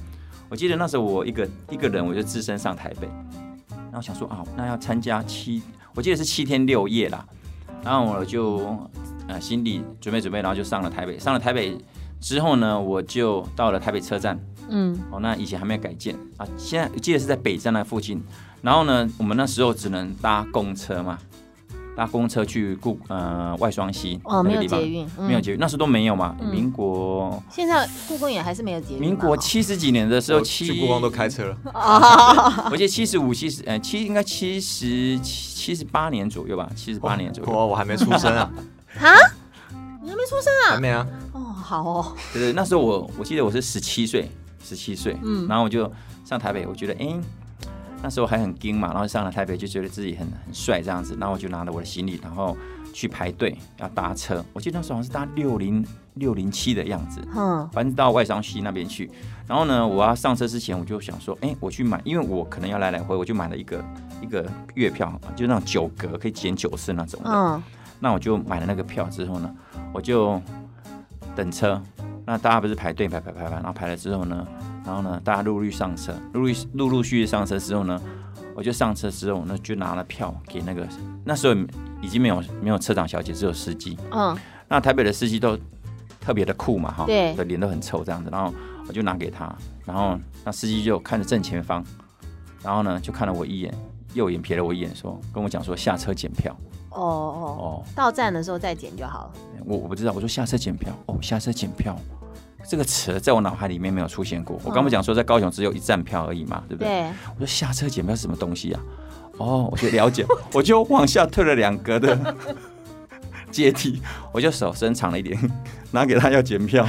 Speaker 3: 我记得那时候我一个一个人，我就自身上台北，然后想说啊，那要参加七，我记得是七天六夜啦。然后我就呃心里准备准备，然后就上了台北。上了台北之后呢，我就到了台北车站，
Speaker 2: 哦，嗯，
Speaker 3: 哦，那以前还没有改建啊，现在记得是在北站那附近。然后呢，我们那时候只能搭公车嘛，搭公车去故呃外双溪
Speaker 2: 哦，没
Speaker 3: 那
Speaker 2: 有
Speaker 3: 个地方
Speaker 2: 捷，运，嗯
Speaker 3: 没有捷运，那时候都没有嘛。
Speaker 2: 嗯
Speaker 3: 民国
Speaker 2: 现在故宫也还是没有捷运嘛。
Speaker 3: 民国七十几年的时候，
Speaker 4: 我
Speaker 3: 七
Speaker 4: 去故宫都开车了，
Speaker 3: 我记得七十五、七十呃七应该七十七十八年左右吧，七十八年左右。
Speaker 4: 我我还没出生啊，
Speaker 2: 哈，你还没出生
Speaker 4: 还没啊，
Speaker 2: 哦，好哦，
Speaker 3: 对对，那时候我我记得我是十七岁，十七岁，
Speaker 2: 嗯
Speaker 3: 然后我就上台北，我觉得哎、诶那时候还很惊嘛，然后上了台北就觉得自己很很帅这样子，然后我就拿着我的行李，然后去排队要搭车，我记得那时候好像是搭六零六零七的样子，
Speaker 2: 嗯
Speaker 3: 反正到外商西那边去，然后呢，我要上车之前我就想说，哎、我去买，因为我可能要来来回，我就买了一个一个月票，就那种九格可以减九次那种的，
Speaker 2: 嗯，
Speaker 3: 那我就买了那个票之后呢，我就等车。那大家不是排队排排排排，然后排了之后呢，然后呢，大家陆续上车，陆陆陆陆续续上车之后呢，我就上车之后呢，就拿了票给那个那时候已经没有没有车长小姐，只有司机。
Speaker 2: 嗯，
Speaker 3: 那台北的司机都特别的酷嘛，哈，
Speaker 2: 对
Speaker 3: 的脸都很臭这样子。然后我就拿给他，然后那司机就看着正前方，然后呢就看了我一眼，右眼瞥了我一眼说跟我讲说下车检票
Speaker 2: 哦哦，
Speaker 3: 哦。
Speaker 2: 到站的时候再捡就好了。
Speaker 3: 我我不知道，我说下车检票，哦，下车检票这个词在我脑海里面没有出现过。我刚不讲说在高雄只有一站票而已嘛，对不嗯对？
Speaker 2: 对，
Speaker 3: 我说下车检票是什么东西啊？哦，我就了解，我就往下退了两格 的阶梯，我就手伸长了一点，拿给他要检票。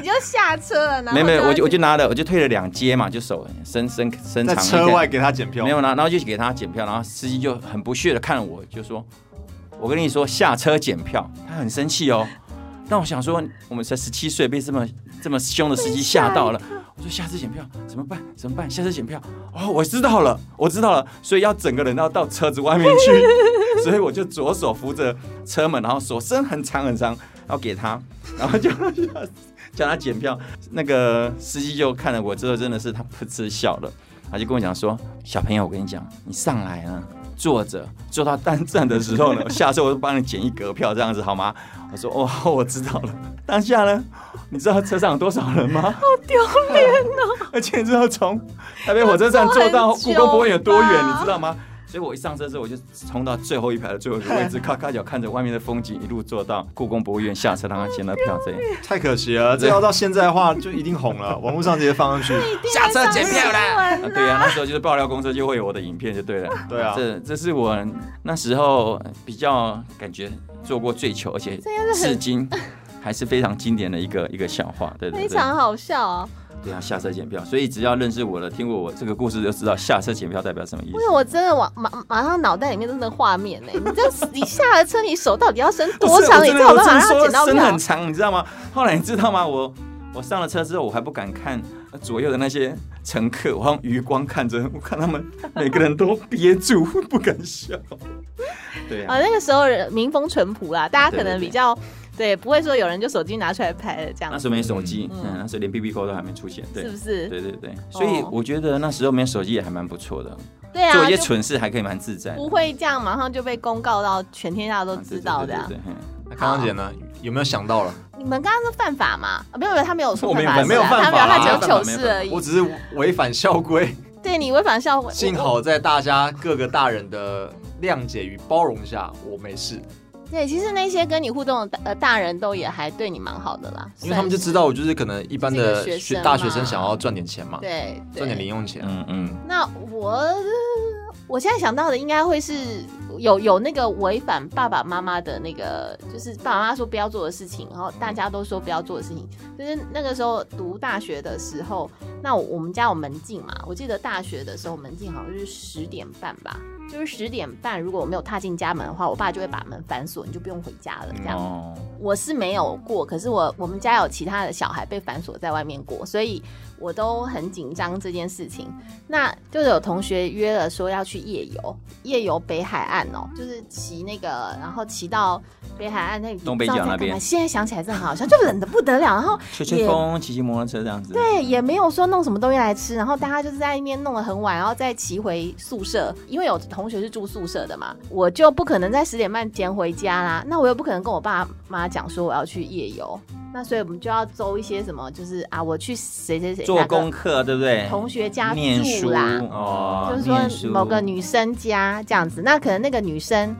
Speaker 2: 你就下车了，然后
Speaker 3: 没有没有，我就我
Speaker 2: 就
Speaker 3: 就拿了，我就退了两阶嘛，就手伸伸伸
Speaker 4: 在
Speaker 3: 长了一
Speaker 4: 车
Speaker 3: 个
Speaker 4: 外给他检票
Speaker 3: 没，有拿，然后就给他检票，然后司机就很不屑的看我，就说：“我跟你说下车检票。”他很生气哦。那我想说，我们才十七岁，被这么这么凶的司机吓到了。我说下车检票怎么办？怎么办？下车检票哦，我知道了，我知道了，所以要整个人要到车子外面去， 所以我就左手扶着车门，然后手伸很长很长，然后给他，然后叫他 叫他检票。那个司机就看了我之后，真的是他噗嗤笑了，他就跟我讲说：“小朋友，我跟你讲，你上来了。”坐着坐到单站的时候呢，下次我就帮你捡一格票，这样子好吗？ 我说哦，好我知道了。当下呢，你知道车上有多少人吗？好
Speaker 2: 丢
Speaker 3: 脸哦！ 而且你知道从台北火车站坐到故宫博物院有多远，
Speaker 2: 要坐很久吧
Speaker 3: 你知道吗？所以我一上车之后，我就冲到最后一排的最后一个位 置，咔咔脚看着外面的风景，一路坐到故宫博物院下车，让他捡到票。这样
Speaker 4: 太可惜了，这要到现在的话就一定红了，网络上直接放上去。
Speaker 3: 下车检票
Speaker 2: 啦
Speaker 3: 啊，对啊，那时候就是爆料公司就会有我的影片就对了。
Speaker 4: 对啊
Speaker 3: 这这是我那时候比较感觉做过最糗，而且至今还是非常经典的一个一个笑话，对对
Speaker 2: 非
Speaker 3: 对，
Speaker 2: 常好笑啊！
Speaker 3: 对啊，下车检票，所以只要认识我的，听过我这个故事就知道下车检票代表什么意
Speaker 2: 因为
Speaker 3: 思。
Speaker 2: 我真的往马马上脑袋里面都是那个画面 呢、你这你下了车，你手到底要伸多长，
Speaker 3: 不
Speaker 2: 你
Speaker 3: 是
Speaker 2: 才有
Speaker 3: 我真
Speaker 2: 办法
Speaker 3: 的
Speaker 2: 让他
Speaker 3: 说
Speaker 2: 捡 到
Speaker 3: 真很
Speaker 2: 票？
Speaker 3: 长，你知道吗？后来你知道吗？我我上了车之后，我还不敢看呃左右的那些乘客，我用余光看着，我看他们每个人都憋住，不敢笑。
Speaker 2: 嗯
Speaker 3: 对啊
Speaker 2: 啊，，那个时候人民风淳朴啦，大家可
Speaker 3: 对
Speaker 2: 能
Speaker 3: 对对
Speaker 2: 比较对，不会说有人就手机拿出来拍的这样
Speaker 3: 那时，候没手机，
Speaker 2: 嗯
Speaker 3: 嗯，那时候连 B B 扣都还没出现，对
Speaker 2: 是不。是？
Speaker 3: 对对对，
Speaker 2: 哦
Speaker 3: 所以我觉得那时候没有手机也还蛮不错的，
Speaker 2: 对啊，
Speaker 3: 做一些
Speaker 2: 就
Speaker 3: 蠢事还可以蛮自在的。
Speaker 2: 不会这样马上就被公告到全天下都知道的啊。
Speaker 3: 对对对对对
Speaker 4: 那康康姐呢？有没有想到了？
Speaker 2: 你们刚刚是犯法嘛？啊，没有没有，他没有说
Speaker 3: 我没有
Speaker 2: 犯法，
Speaker 4: 没有
Speaker 2: 是啊
Speaker 4: 犯法
Speaker 2: 他
Speaker 4: 啊
Speaker 2: 没有，他只有糗
Speaker 3: 没有
Speaker 2: 事
Speaker 3: 犯法
Speaker 2: 而已
Speaker 4: 我。只是违反校规，
Speaker 2: 对你违反校规，
Speaker 4: 幸好在大家各个大人的谅解与包容下，我没事，
Speaker 2: 对，其实那些跟你互动的大呃大人都也还对你蛮好的啦，
Speaker 4: 因为他们就知道我就是可能一般
Speaker 2: 这个
Speaker 4: 的
Speaker 2: 学生
Speaker 4: 学
Speaker 2: 嘛
Speaker 4: 大学生想要赚点钱嘛，
Speaker 2: 算是对
Speaker 4: 赚点
Speaker 2: 对。
Speaker 4: 零用钱。
Speaker 3: 嗯嗯，
Speaker 2: 那我我现在想到的应该会是有有那个违反爸爸妈妈的那个，就是爸爸妈妈说不要做的事情，然后大家都说不要做的事情，就是那个时候读大学的时候，那我我们家有门禁嘛，我记得大学的时候门禁好像就是十点半吧。就是十点半，如果我没有踏进家门的话，我爸就会把门反锁，你就不用回家了。这样，
Speaker 3: 哦，
Speaker 2: 我是没有过，可是我我们家有其他的小孩被反锁在外面过，所以我都很紧张这件事情。那就是有同学约了说要去夜游，夜游北海岸哦，就是骑那个，然后骑到北海岸那里，
Speaker 3: 东北
Speaker 2: 不知道
Speaker 3: 角那
Speaker 2: 在干嘛
Speaker 3: 边
Speaker 2: 现在想起来真的很好笑，就冷的不得了，然后
Speaker 3: 吹吹风，骑骑摩托车这样子。
Speaker 2: 哦对，也没有说弄什么东西来吃，然后大家就是在那边弄得很晚，然后再骑回宿舍，因为有同学是住宿舍的嘛，我就不可能在十点半前回家啦，那我又不可能跟我爸妈讲说我要去夜游，那所以我们就要周一些什么，就是啊，我去谁谁谁
Speaker 3: 做
Speaker 2: 哪个
Speaker 3: 功课对不对？
Speaker 2: 同学家
Speaker 3: 念书
Speaker 2: 住啦，
Speaker 3: 哦，
Speaker 2: 就是
Speaker 3: 念书
Speaker 2: 说某个，女生家这样子，那可能那个女生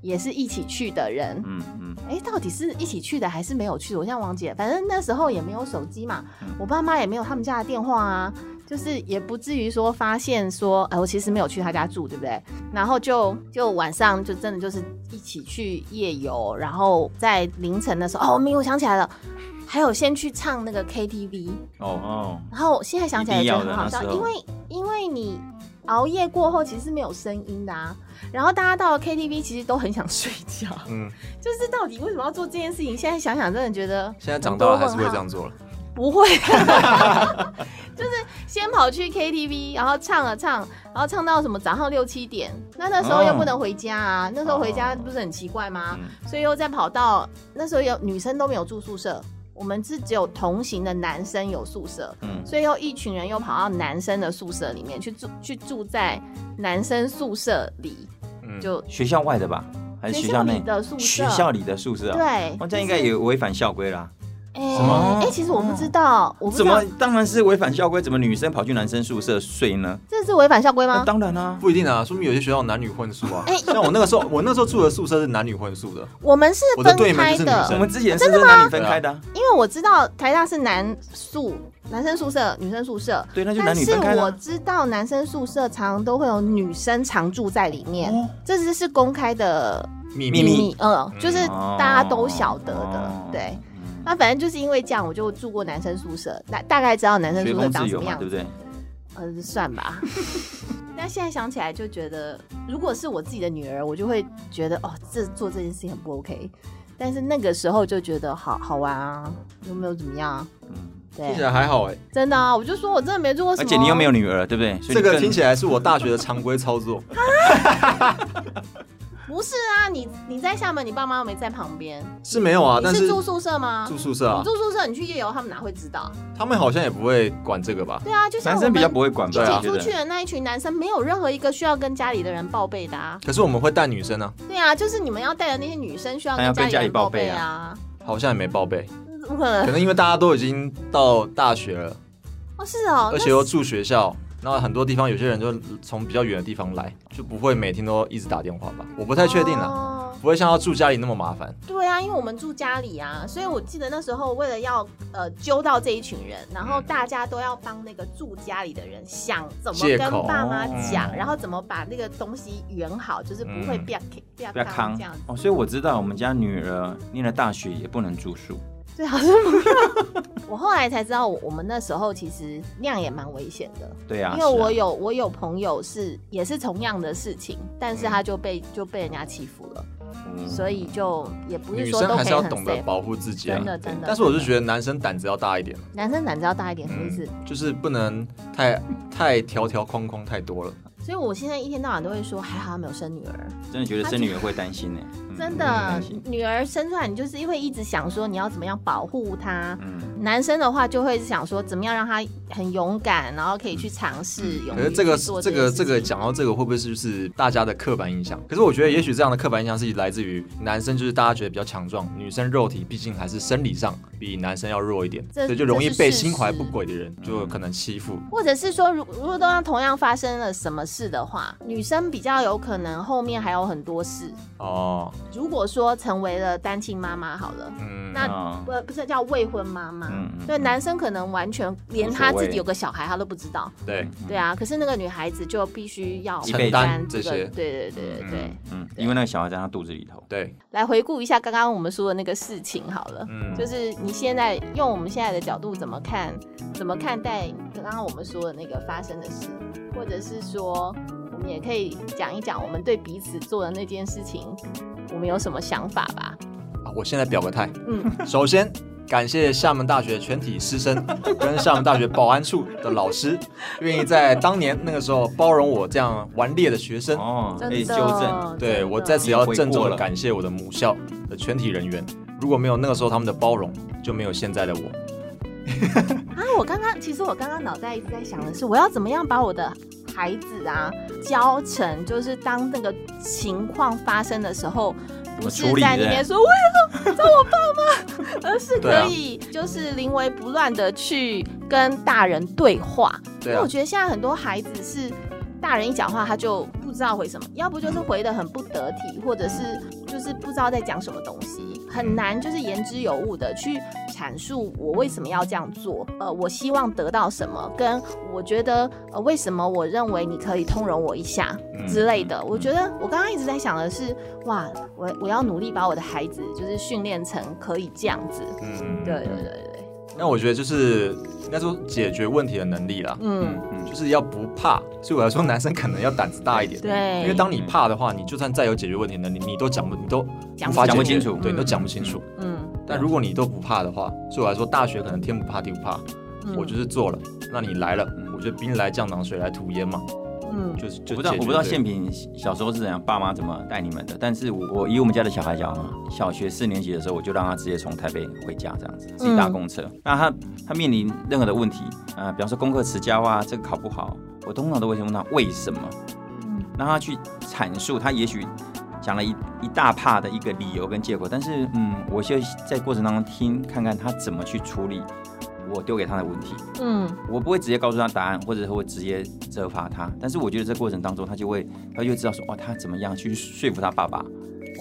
Speaker 2: 也是一起去的人，
Speaker 3: 嗯嗯，
Speaker 2: 哎，到底是一起去的还是没有去的？我像王姐，反正那时候也没有手机嘛，
Speaker 3: 嗯
Speaker 2: 我爸妈也没有他们家的电话啊，就是也不至于说发现说，哎、我其实没有去他家住，对不对？然后就就晚上就真的就是一起去夜游，然后在凌晨的时候，哦，没有，我想起来了。还有先去唱那个 KTV，
Speaker 3: 哦哦，
Speaker 2: 然后我现在想起来也觉得很好
Speaker 3: 一
Speaker 2: 笑，
Speaker 3: 定要的
Speaker 2: 因为因为你熬夜过后其实是没有声音的啊，然后大家到了 KTV 其实都很想睡觉，
Speaker 4: 嗯，
Speaker 2: 就是到底为什么要做这件事情？现在想想，真的觉得
Speaker 4: 现在长大了还是会这样做了。
Speaker 2: 不会， 就是先跑去 KTV，然后唱了唱，然后唱到什么早上六七点，那那时候又不能回家啊，那时候回家不是很奇怪吗？
Speaker 3: 哦嗯
Speaker 2: 所以又再跑到那时候有女生都没有住宿舍，我们是只有同行的男生有宿舍，
Speaker 3: 嗯
Speaker 2: 所以又一群人又跑到男生的宿舍里面去住，去住在男生宿舍里，
Speaker 4: 嗯，
Speaker 2: 就
Speaker 3: 学校外的吧，还是
Speaker 2: 学
Speaker 3: 学
Speaker 2: 校
Speaker 3: 校
Speaker 2: 里
Speaker 3: 内？
Speaker 2: 的宿舍，
Speaker 3: 学校里的宿舍啊，
Speaker 2: 对，
Speaker 3: 哦，这样应该也违反校规啦。
Speaker 2: 哎、
Speaker 3: 么
Speaker 2: 哎、其实我不知道，我不知
Speaker 3: 怎
Speaker 2: 道
Speaker 3: 么，当然是违反校规，怎么女生跑去男生宿舍睡呢？
Speaker 2: 这是违反校规
Speaker 3: 那
Speaker 2: 吗？
Speaker 3: 当然啦，
Speaker 4: 不一定啊，说明有些学校男女混宿啊
Speaker 2: 哎。
Speaker 4: 像我那个时候，我那时候住的宿舍是男女混宿的，
Speaker 2: 我们是
Speaker 4: 我的
Speaker 2: 分
Speaker 4: 对门
Speaker 2: 开
Speaker 4: 就是女
Speaker 2: 哦的，
Speaker 4: 生
Speaker 3: 我们之前是在哪里分开的啊？
Speaker 2: 因为我知道台大是男宿、男生宿舍、女生宿舍，
Speaker 3: 对，那就
Speaker 2: 但
Speaker 3: 男女
Speaker 2: 是
Speaker 3: 分开
Speaker 2: 我
Speaker 3: 了。
Speaker 2: 知道男生宿舍常常都会有女生常住在里面，
Speaker 3: 哦
Speaker 2: 这只是公开的
Speaker 4: 秘
Speaker 3: 秘密
Speaker 2: 嗯，就是
Speaker 3: 哦
Speaker 2: 大家都晓得的，
Speaker 3: 哦
Speaker 2: 对。
Speaker 3: 嗯
Speaker 2: 那反正就是因为这样，我就住过男生宿舍，大大概知道男生
Speaker 3: 学
Speaker 2: 宿舍
Speaker 3: 工
Speaker 2: 长
Speaker 3: 自
Speaker 2: 什
Speaker 3: 由
Speaker 2: 么
Speaker 3: 嘛，
Speaker 2: 样
Speaker 3: 对
Speaker 2: 子
Speaker 3: 不。对？
Speaker 2: 呃，算吧。 但现在想起来就觉得，如果是我自己的女儿，我就会觉得哦，这做这件事情很不 OK。但是那个时候就觉得好好玩啊，又没有怎么样啊，
Speaker 3: 嗯
Speaker 4: 听起
Speaker 2: 对，
Speaker 4: 来还好哎，
Speaker 2: 真的啊，我就说我真的没做过什么，
Speaker 3: 而且你又没
Speaker 2: 有，
Speaker 3: 有女儿，对不对？所以
Speaker 4: 这
Speaker 3: 你
Speaker 4: 个
Speaker 3: 更
Speaker 4: 听起来是我大学的常规操作。
Speaker 2: 不是啊，你你在厦门，你爸妈又没在旁边，
Speaker 4: 是没有啊，
Speaker 2: 你
Speaker 4: 但
Speaker 2: 是
Speaker 4: 是
Speaker 2: 住宿舍吗？
Speaker 4: 住宿舍啊
Speaker 2: 你，住宿舍，你去夜游，他们哪会知道？
Speaker 4: 他们好像也不会管这个吧？
Speaker 2: 对啊，就像
Speaker 3: 男
Speaker 2: 我
Speaker 3: 生
Speaker 2: 们
Speaker 3: 比较不会管吧？
Speaker 4: 对啊
Speaker 2: 一
Speaker 3: 我
Speaker 2: 起
Speaker 3: 觉
Speaker 2: 出
Speaker 3: 得
Speaker 2: 去的那一群男生，没有任何一个需要跟家里的人报备的啊。
Speaker 4: 可是我们会带女生啊，
Speaker 2: 对啊，就是你们要带的那些女生需要
Speaker 3: 但要
Speaker 2: 跟
Speaker 3: 跟家
Speaker 2: 家
Speaker 3: 里
Speaker 2: 人
Speaker 3: 报
Speaker 2: 报备
Speaker 3: 备
Speaker 2: 啊。
Speaker 4: 好像也没报备，
Speaker 2: 怎么可能
Speaker 4: 可？能因为大家都已经到大学了，
Speaker 2: 哦，是哦，
Speaker 4: 而且又住学校，然后很多地方有些人就从比较远的地方来，就不会每天都一直打电话吧？我不
Speaker 2: 那
Speaker 4: 太确定了，
Speaker 2: 哦
Speaker 4: 不会像要住家里那么麻烦。
Speaker 2: 对啊，因为我们住家里啊，所以我记得那时候为了要呃揪到这一群人，然后大家都要帮那个住家里的人想怎么
Speaker 4: 借
Speaker 2: 跟
Speaker 4: 口
Speaker 2: 爸妈讲，
Speaker 3: 哦
Speaker 2: 然后怎么把那个东西圆好，就是不会
Speaker 4: 嗯
Speaker 2: 变变
Speaker 3: 不要
Speaker 2: 康
Speaker 3: 扛
Speaker 2: 这样子。
Speaker 3: 哦，所以我知道我们家女儿念了大学也不能住宿，
Speaker 2: 对，好像不用。 我后来才知道，我我们那时候其实那样也蛮危险的。
Speaker 3: 对啊，
Speaker 2: 因为我
Speaker 3: 是啊
Speaker 2: 有我有朋友是也是同样的事情，但
Speaker 4: 嗯
Speaker 2: 是他就被就被人家欺负了，
Speaker 3: 嗯
Speaker 2: 所以就也不是
Speaker 4: 女
Speaker 2: 说
Speaker 4: 生
Speaker 2: 都
Speaker 4: 还
Speaker 2: 可以
Speaker 4: 是要
Speaker 2: 很
Speaker 4: 懂得
Speaker 2: safe。
Speaker 4: 保护自己啊
Speaker 2: 真。的真的，
Speaker 4: 但是我
Speaker 2: 真的
Speaker 4: 是觉得嗯男生胆子要大一点，
Speaker 2: 男生胆子要大一点，什么意思？
Speaker 4: 就是不能太太条条框框太多了。
Speaker 2: 所以我现在一天到晚都会说，还好他没有生女儿，
Speaker 3: 真的觉得生女儿会担心呢、嗯
Speaker 2: 真
Speaker 3: 会
Speaker 2: 的
Speaker 3: 担心，
Speaker 2: 女儿生出来，你就是会一直想说你要怎么样保护她。
Speaker 3: 嗯，
Speaker 2: 男生的话就会想说怎么样让她很勇敢，然后可以去尝试，勇
Speaker 4: 可
Speaker 2: 于
Speaker 4: 是这个
Speaker 2: 去哦做
Speaker 4: 这
Speaker 2: 这
Speaker 4: 个
Speaker 2: 件
Speaker 4: 这个
Speaker 2: 事情
Speaker 4: 讲到这个，会不会是就是大家的刻板印象？可是我觉得，也许这样的刻板印象是来自于男生，就是大家觉得比较强壮，女生肉体毕竟还是生理上比男生要弱一点，
Speaker 2: 这
Speaker 4: 所以就容易
Speaker 2: 这是
Speaker 4: 被
Speaker 2: 事实嗯
Speaker 4: 心怀不轨的人就可能欺负。
Speaker 2: 或者是说，如如果都让同样发生了什么事的话，女生比较有可能后面还有很多事。
Speaker 4: 哦，
Speaker 2: 如果说成为了单亲妈妈好了，
Speaker 4: 嗯，
Speaker 2: 那
Speaker 3: 啊
Speaker 2: 不不是叫未婚妈妈，
Speaker 3: 嗯嗯
Speaker 2: 对
Speaker 3: 嗯
Speaker 2: 男生可能完全连
Speaker 3: 无所
Speaker 2: 他
Speaker 3: 谓
Speaker 2: 自己有个小孩他都不知道，
Speaker 4: 对，
Speaker 3: 嗯
Speaker 2: 对啊。可是那个女孩子就必须要
Speaker 3: 一辈子
Speaker 2: 承担
Speaker 4: 这
Speaker 2: 个
Speaker 4: 些
Speaker 2: 对对对对对。
Speaker 3: 嗯，因为那个小孩在她肚子里头，
Speaker 4: 对，
Speaker 2: 来回顾一下刚刚我们说的那个事情好了，
Speaker 4: 嗯
Speaker 2: 就是你现在用我们现在的角度怎么看，怎么看待刚刚我们说的那个发生的事，或者是说，我们也可以讲一讲我们对彼此做的那件事情，我们有什么想法吧？
Speaker 4: 啊我现在表个态，
Speaker 2: 嗯，
Speaker 4: 首先。感谢厦门大学全体师生 跟厦门大学保安处的老师，愿意在当年那个时候包容我这样顽劣的学生，
Speaker 3: 哦，
Speaker 2: 真
Speaker 3: 可
Speaker 2: 的，
Speaker 3: 以纠正，
Speaker 4: 对
Speaker 2: 真的
Speaker 4: 我在此要郑重的感谢我的母校的全体人员，如果没有那个时候他们的包容，就没有现在的我。
Speaker 2: 啊，我刚刚其实我刚刚脑袋一直在想的是，我要怎么样把我的孩子啊教成，就是当那个情况发生的时候，不是
Speaker 3: 处理
Speaker 2: 在那
Speaker 3: 对
Speaker 2: 边说为什么找我爸妈，而是
Speaker 4: 对
Speaker 2: 可
Speaker 4: 啊
Speaker 2: 以就是临危不乱的去跟大人对话。
Speaker 4: 对
Speaker 2: 因为
Speaker 4: 啊
Speaker 2: 我，觉得现在很多孩子是大人一讲话他就不知道回什么，要不就是回的很不得体，或者是
Speaker 4: 嗯
Speaker 2: 就是不知道在讲什么东西，很难就是言之有物的去阐述我为什么要这样做，呃，我希望得到什么，跟我觉得呃为什么我认为你可以通融我一下
Speaker 4: 嗯
Speaker 2: 之类的。我觉得我刚刚一直在想的是，哇，我我要努力把我的孩子就是训练成可以这样子。
Speaker 4: 嗯，
Speaker 2: 对对对对，
Speaker 4: 那我觉得就是应该说解决问题的能力啦，
Speaker 2: 嗯，
Speaker 3: 嗯，
Speaker 4: 就是要不怕。所以我来说，男生可能要胆子大一点。
Speaker 2: 对，
Speaker 4: 因为当你怕的话，你就算再有解决问题的能力，你都讲不，你都
Speaker 2: 讲
Speaker 4: 无法
Speaker 3: 讲不
Speaker 4: 解决
Speaker 3: 清楚
Speaker 4: 对，你都
Speaker 2: 嗯
Speaker 4: 讲不清楚。
Speaker 2: 嗯。
Speaker 4: 但如果你都不怕的话，对我来说，大学可能天不怕地不怕，
Speaker 2: 嗯
Speaker 4: 我就是做了，那你来了
Speaker 3: 嗯，
Speaker 4: 我就兵来将挡，水来土掩嘛，
Speaker 2: 嗯，
Speaker 4: 就是就
Speaker 3: 我不知道，
Speaker 4: 解
Speaker 3: 我
Speaker 4: 决
Speaker 3: 不知道
Speaker 4: 对
Speaker 3: 宪平小时候是怎样，爸妈怎么带你们的。但是我我以我们家的小孩讲啊，小学四年级的时候，我就让他直接从台北回家，这样子自己搭公车。那他他面临任何的问题啊、呃比方说功课迟交啊，这个考不好，我通常都会先问他为什么，
Speaker 2: 嗯
Speaker 3: 让他去阐述他也许讲了一一大帕的一个理由跟结果，但是嗯，我就在过程当中听看看他怎么去处理我丢给他的问题。
Speaker 2: 嗯，
Speaker 3: 我不会直接告诉他答案，或者是会直接责罚他，但是我觉得这过程当中，他就会他就会知道说，哦，他怎么样去说服他爸爸。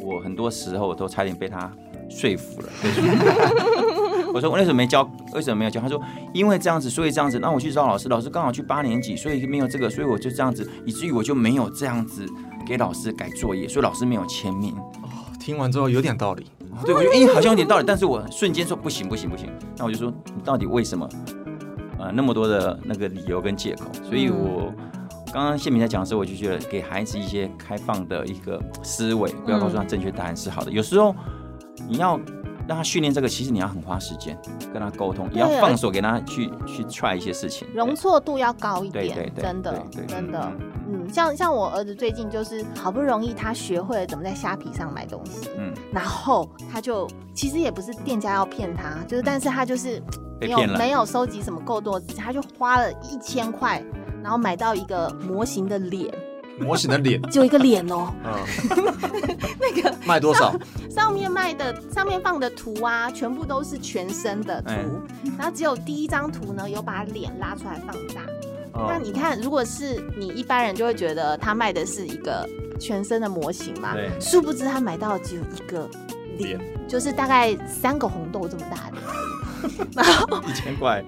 Speaker 3: 我很多时候都差点被他说服了。被说服我说我为什么没教？为什么没有教？他说因为这样子，所以这样子。那我去找老师，老师刚好去八年级，所以没有这个，所以我就这样子，以至于我就没有这样子给老师改作业，所以老师没有签名。
Speaker 4: 哦听完之后有点道理。
Speaker 3: 对，我觉得哎、好像有点道理，但是我瞬间说不行不行不行，那我就说你到底为什么？呃，那么多的那个理由跟借口，所以我
Speaker 2: 嗯
Speaker 3: 刚刚谢明在讲的时候，我就觉得给孩子一些
Speaker 2: 嗯
Speaker 3: 开放的一个思维，不要告诉他正确答案是好的。有时候你要让他训练这个，其实你要很花时间跟他沟通，也
Speaker 2: 对
Speaker 3: 要放手给他去去 try 一些事情，
Speaker 2: 容错度要高一
Speaker 3: 对对
Speaker 2: 点
Speaker 3: 对，对，
Speaker 2: 真的
Speaker 3: 对对
Speaker 2: 真的。
Speaker 3: 嗯
Speaker 2: 嗯，像像我儿子最近就是好不容易他学会了怎么在虾皮上买东西，
Speaker 3: 嗯，
Speaker 2: 然后他就其实也不是店家要骗他，就是但是他就是
Speaker 3: 嗯被
Speaker 2: 没有
Speaker 3: 骗了
Speaker 2: 没有收集什么够多的资金，他就花了一千块，然后买到一个模型的脸，
Speaker 4: 模型的 脸，
Speaker 2: 只有一个脸哦，
Speaker 4: 嗯，那个卖多 少？
Speaker 2: 上面卖的上面放的图啊，全部都是全身的图，
Speaker 3: 哎
Speaker 2: 然后只有第一张图呢有把脸拉出来放大。那
Speaker 3: 哦
Speaker 4: 嗯，
Speaker 2: 你看，如果是你一般人就会觉得他卖的是一个全身的模型嘛
Speaker 3: 对，
Speaker 2: 殊不知他买到的只有一个脸，就是大概三个红豆这么大的。
Speaker 3: 一千块，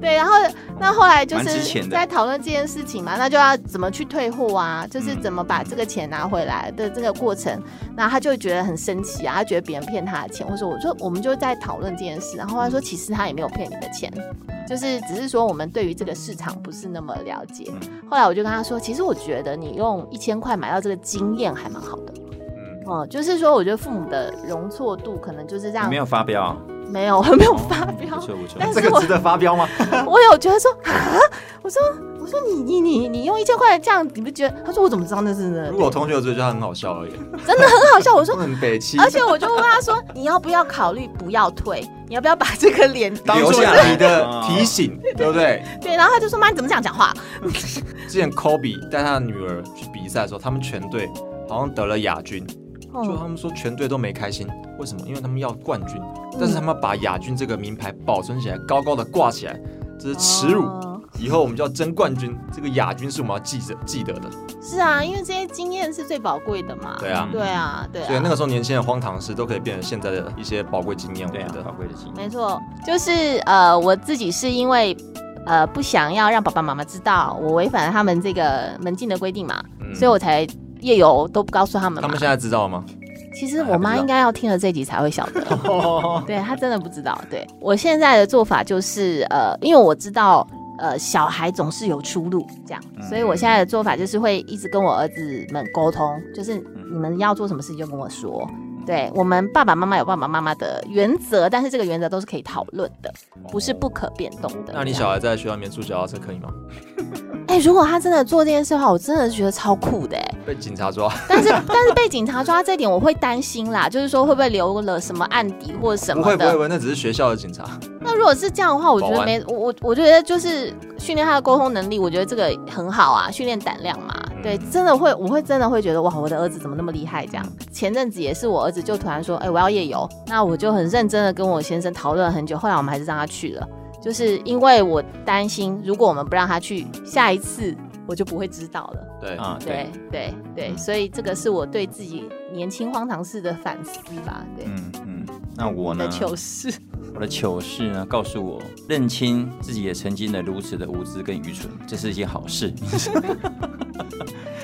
Speaker 2: 对，然后那后来就
Speaker 3: 蛮值
Speaker 2: 是
Speaker 3: 钱的
Speaker 2: 在讨论这件事情嘛，那就要怎么去退货啊，就是
Speaker 3: 嗯
Speaker 2: 怎么把这个钱拿回来的这个过程，那他就觉得很生气啊，他觉得别人骗他的钱，或者我说我们就在讨论这件事，然后他
Speaker 3: 嗯
Speaker 2: 说其实他也没有骗你的钱，就是只是说我们对于这个市场不是那么了解。
Speaker 3: 嗯
Speaker 2: 后来我就跟他说，其实我觉得你用一千块买到这个经验还蛮好的，
Speaker 4: 嗯
Speaker 2: 嗯，就是说我觉得父母的容错度可能就是让
Speaker 3: 没有发飙，
Speaker 2: 没有 没有发
Speaker 3: 哦
Speaker 2: 飙
Speaker 3: 不。错不错
Speaker 2: 但，
Speaker 4: 这
Speaker 2: 是我
Speaker 4: 个值得发 飙吗？
Speaker 2: 我有觉得说啊，我说我说你你你你用一千块这样，你不觉得？他说我怎么知道那是真的
Speaker 4: 如？果我同学有追，就他很好笑而已，
Speaker 2: 真的很好笑。我
Speaker 4: 他
Speaker 2: 说，
Speaker 4: 们很北气，
Speaker 2: 而且我就问他 说，你要不要考虑不要退？你要不要把这个脸
Speaker 4: 当
Speaker 3: 留
Speaker 4: 做
Speaker 3: 下来
Speaker 4: 你的
Speaker 3: 哦
Speaker 4: 提醒，对不对？
Speaker 2: 对？然后他就说妈，你怎么这样讲话？
Speaker 4: 之前 Kobe 带他的女儿去比赛的时候，他们全队好像得了亚军，就他
Speaker 2: 嗯，
Speaker 4: 们说全队都没开心，为什么？因为他们要冠军，但是他们把亚军这个名牌保存起来，高高的挂起来，这是耻辱。
Speaker 2: 哦
Speaker 4: 以后我们就要争冠军，这个亚军是我们要记着记得的。
Speaker 2: 是啊，因为这些经验是最宝贵的嘛。
Speaker 4: 对啊
Speaker 2: 对啊，对啊。
Speaker 4: 所以那个时候年轻人荒唐的事都可以变成现在的一些宝贵经验，我
Speaker 3: 对
Speaker 4: 觉
Speaker 3: 啊，宝
Speaker 4: 得。
Speaker 3: 贵的经验，
Speaker 2: 没错，就是呃，我自己是因为呃不想要让爸爸妈妈知道我违反了他们这个门禁的规定嘛，
Speaker 4: 嗯
Speaker 2: 所以我才夜游都不告诉他们嘛。
Speaker 4: 他们现在知道吗？
Speaker 2: 其实我妈应该要听了这集才会晓 得，对她真的不知道。对我现在的做法就是，呃，因为我知道，呃，小孩总是有出路，这样，
Speaker 4: 嗯
Speaker 2: 所以我现在的做法就是会一直跟我儿子们沟通，就是
Speaker 4: 嗯
Speaker 2: 你们要做什么事情就跟我说。对我们爸爸妈妈有爸爸妈妈的原则，但是这个原则都是可以讨论的，不是不可变动的。
Speaker 4: 哦那你
Speaker 2: 这样
Speaker 4: 小孩在学校里面住脚踏车可以吗？
Speaker 2: 哎、如果他真的做这件事的话，我真的是觉得超酷的哎、
Speaker 4: 被警察抓？
Speaker 2: 但是 但是被警察抓这一点，我会担心啦，就是说会不会留了什么案底或者什
Speaker 4: 不
Speaker 2: 么
Speaker 4: 会
Speaker 2: 的。
Speaker 4: 不会不会，那只是学校的警察。
Speaker 2: 那如果是这样的话，我觉
Speaker 4: 保
Speaker 2: 得
Speaker 4: 安
Speaker 2: 没我我我觉得就是训练他的沟通能力，我觉得这个很好啊，训练胆量嘛。
Speaker 4: 嗯
Speaker 2: 对，真的会，我会真的会觉得哇，我的儿子怎么那么厉害？这样，前阵子也是我儿子就突然说，哎、我要夜游，那我就很认真的跟我先生讨论了很久，后来我们还是让他去了，就是因为我担心，如果我们不让他去，下一次我就不会知道了。
Speaker 4: 对，
Speaker 3: 啊，
Speaker 2: 对
Speaker 3: 对，
Speaker 2: 对对，所以这个是我对自己年轻荒唐事的反思吧，对，
Speaker 3: 嗯嗯，那我
Speaker 2: 的
Speaker 3: 呢？
Speaker 2: 糗事。
Speaker 3: 我的糗事呢，告诉我认清自己也曾经的如此的无知跟愚蠢，这是一件好事。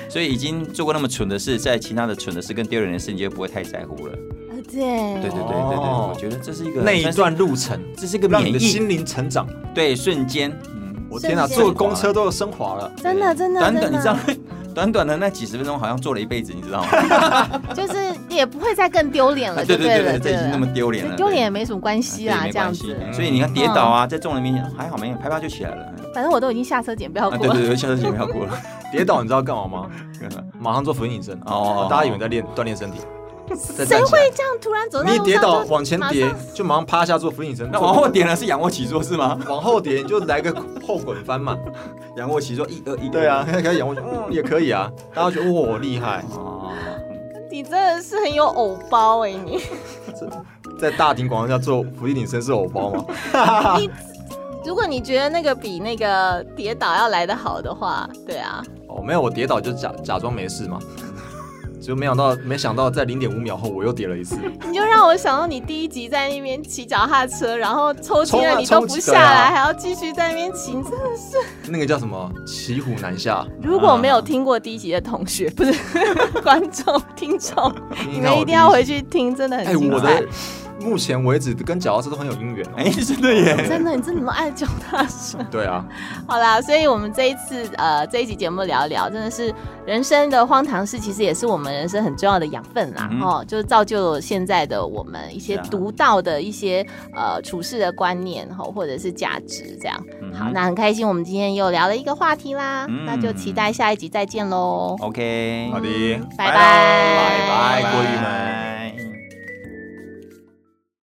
Speaker 3: 所以已经做过那么蠢的事，在其他的蠢的事跟丢人的事，你就不会太在乎了。
Speaker 2: 啊，对，
Speaker 3: 对对对对对，
Speaker 4: 哦
Speaker 3: 我觉得这是一个
Speaker 4: 那一，
Speaker 3: 算
Speaker 4: 段路程
Speaker 3: 是这是一个
Speaker 4: 让你
Speaker 3: 免疫，
Speaker 4: 的心灵成长。
Speaker 3: 对，瞬间，嗯，
Speaker 4: 我天哪，
Speaker 2: 瞬间
Speaker 4: 坐公车都有升华了。
Speaker 2: 真的真的
Speaker 3: 短短
Speaker 2: 真的
Speaker 3: 你知道，短短的那几十分钟，好像做了一辈子，你知 道吗？
Speaker 2: 就是也不会再更丢脸了，
Speaker 3: 啊对
Speaker 2: 就
Speaker 3: 对
Speaker 2: 了，
Speaker 3: 对，这已经那么丢脸
Speaker 2: 就
Speaker 3: 了，
Speaker 2: 丢脸
Speaker 3: 对啊
Speaker 2: 也没什么关系啦
Speaker 3: 对，没
Speaker 2: 这样
Speaker 3: 关系
Speaker 2: 子。嗯
Speaker 3: 所以你看跌倒啊，在众人面前还好没有，拍拍就起来了。嗯
Speaker 2: 反正我都已经下车检票
Speaker 3: 啊，
Speaker 2: 过
Speaker 3: 对
Speaker 2: 了，
Speaker 3: 对对，下次就没有过了。
Speaker 4: 跌倒你知道干嘛吗？马上做俯卧撑
Speaker 3: 哦
Speaker 4: 哦，大家以为在练锻炼身体。
Speaker 2: 谁
Speaker 4: 再站起来
Speaker 2: 会这样突然走在
Speaker 4: 你一
Speaker 2: 路
Speaker 4: 跌
Speaker 2: 上
Speaker 4: 倒
Speaker 2: 就
Speaker 4: 往前
Speaker 2: 马
Speaker 4: 跌
Speaker 2: 上，
Speaker 4: 就马上趴下做俯卧撑。
Speaker 3: 那往后点呢是仰卧起坐是吗？
Speaker 4: 往后跌，你就来个后滚翻嘛。
Speaker 3: 仰卧起坐一二一。
Speaker 4: 对啊，可以仰卧起嗯，也可以啊。大家觉得哇厉害，
Speaker 3: 哦，
Speaker 2: 你真的是很有偶包哎、你
Speaker 4: 在大庭广众下做俯卧撑是偶包 吗？
Speaker 3: 啊
Speaker 2: 你。如果你觉得那个比那个跌倒要来得好的话，对啊，
Speaker 4: 哦，没有，我跌倒就假假装没事嘛。就没想到，没想到在零点五秒后我又跌了一次。
Speaker 2: 你就让我想到你第一集在那边骑脚踏车，然后抽筋
Speaker 4: 冲啊
Speaker 2: 了你都不
Speaker 4: 冲几
Speaker 2: 下
Speaker 4: 个啊
Speaker 2: 来，还要继续在那边骑，你真的是。
Speaker 4: 那个叫什么？骑虎难下。
Speaker 2: 如果
Speaker 4: 啊
Speaker 2: 没有听过第一集的同学，不是 观众听众，
Speaker 4: 你
Speaker 2: 你们一定要回去听，真的很
Speaker 4: 哎，
Speaker 2: 精
Speaker 4: 我
Speaker 2: 彩
Speaker 4: 的。目前为止跟脚踏车都很有姻缘哦。
Speaker 3: 哎、真的耶，
Speaker 2: 真的，你真的那么爱脚踏车？
Speaker 4: 对啊，
Speaker 2: 好啦，所以我们这一次呃这一集节目聊一聊，真的是人生的荒唐事，其实也是我们人生很重要的养分啦，
Speaker 3: 嗯
Speaker 2: 哦，就是造就了现在的我们一些
Speaker 3: 是啊
Speaker 2: 独到的一些呃处事的观念，吼、或者是价值这样。
Speaker 3: 嗯
Speaker 2: 好，
Speaker 3: 哼
Speaker 2: 那很开心，我们今天又聊了一个话题啦，
Speaker 3: 嗯
Speaker 2: 那就期待下一集再见喽，
Speaker 3: OK，
Speaker 4: 好的，
Speaker 2: 拜
Speaker 3: 拜
Speaker 2: 拜，
Speaker 4: 拜
Speaker 3: 拜
Speaker 4: 拜，鲑鱼们。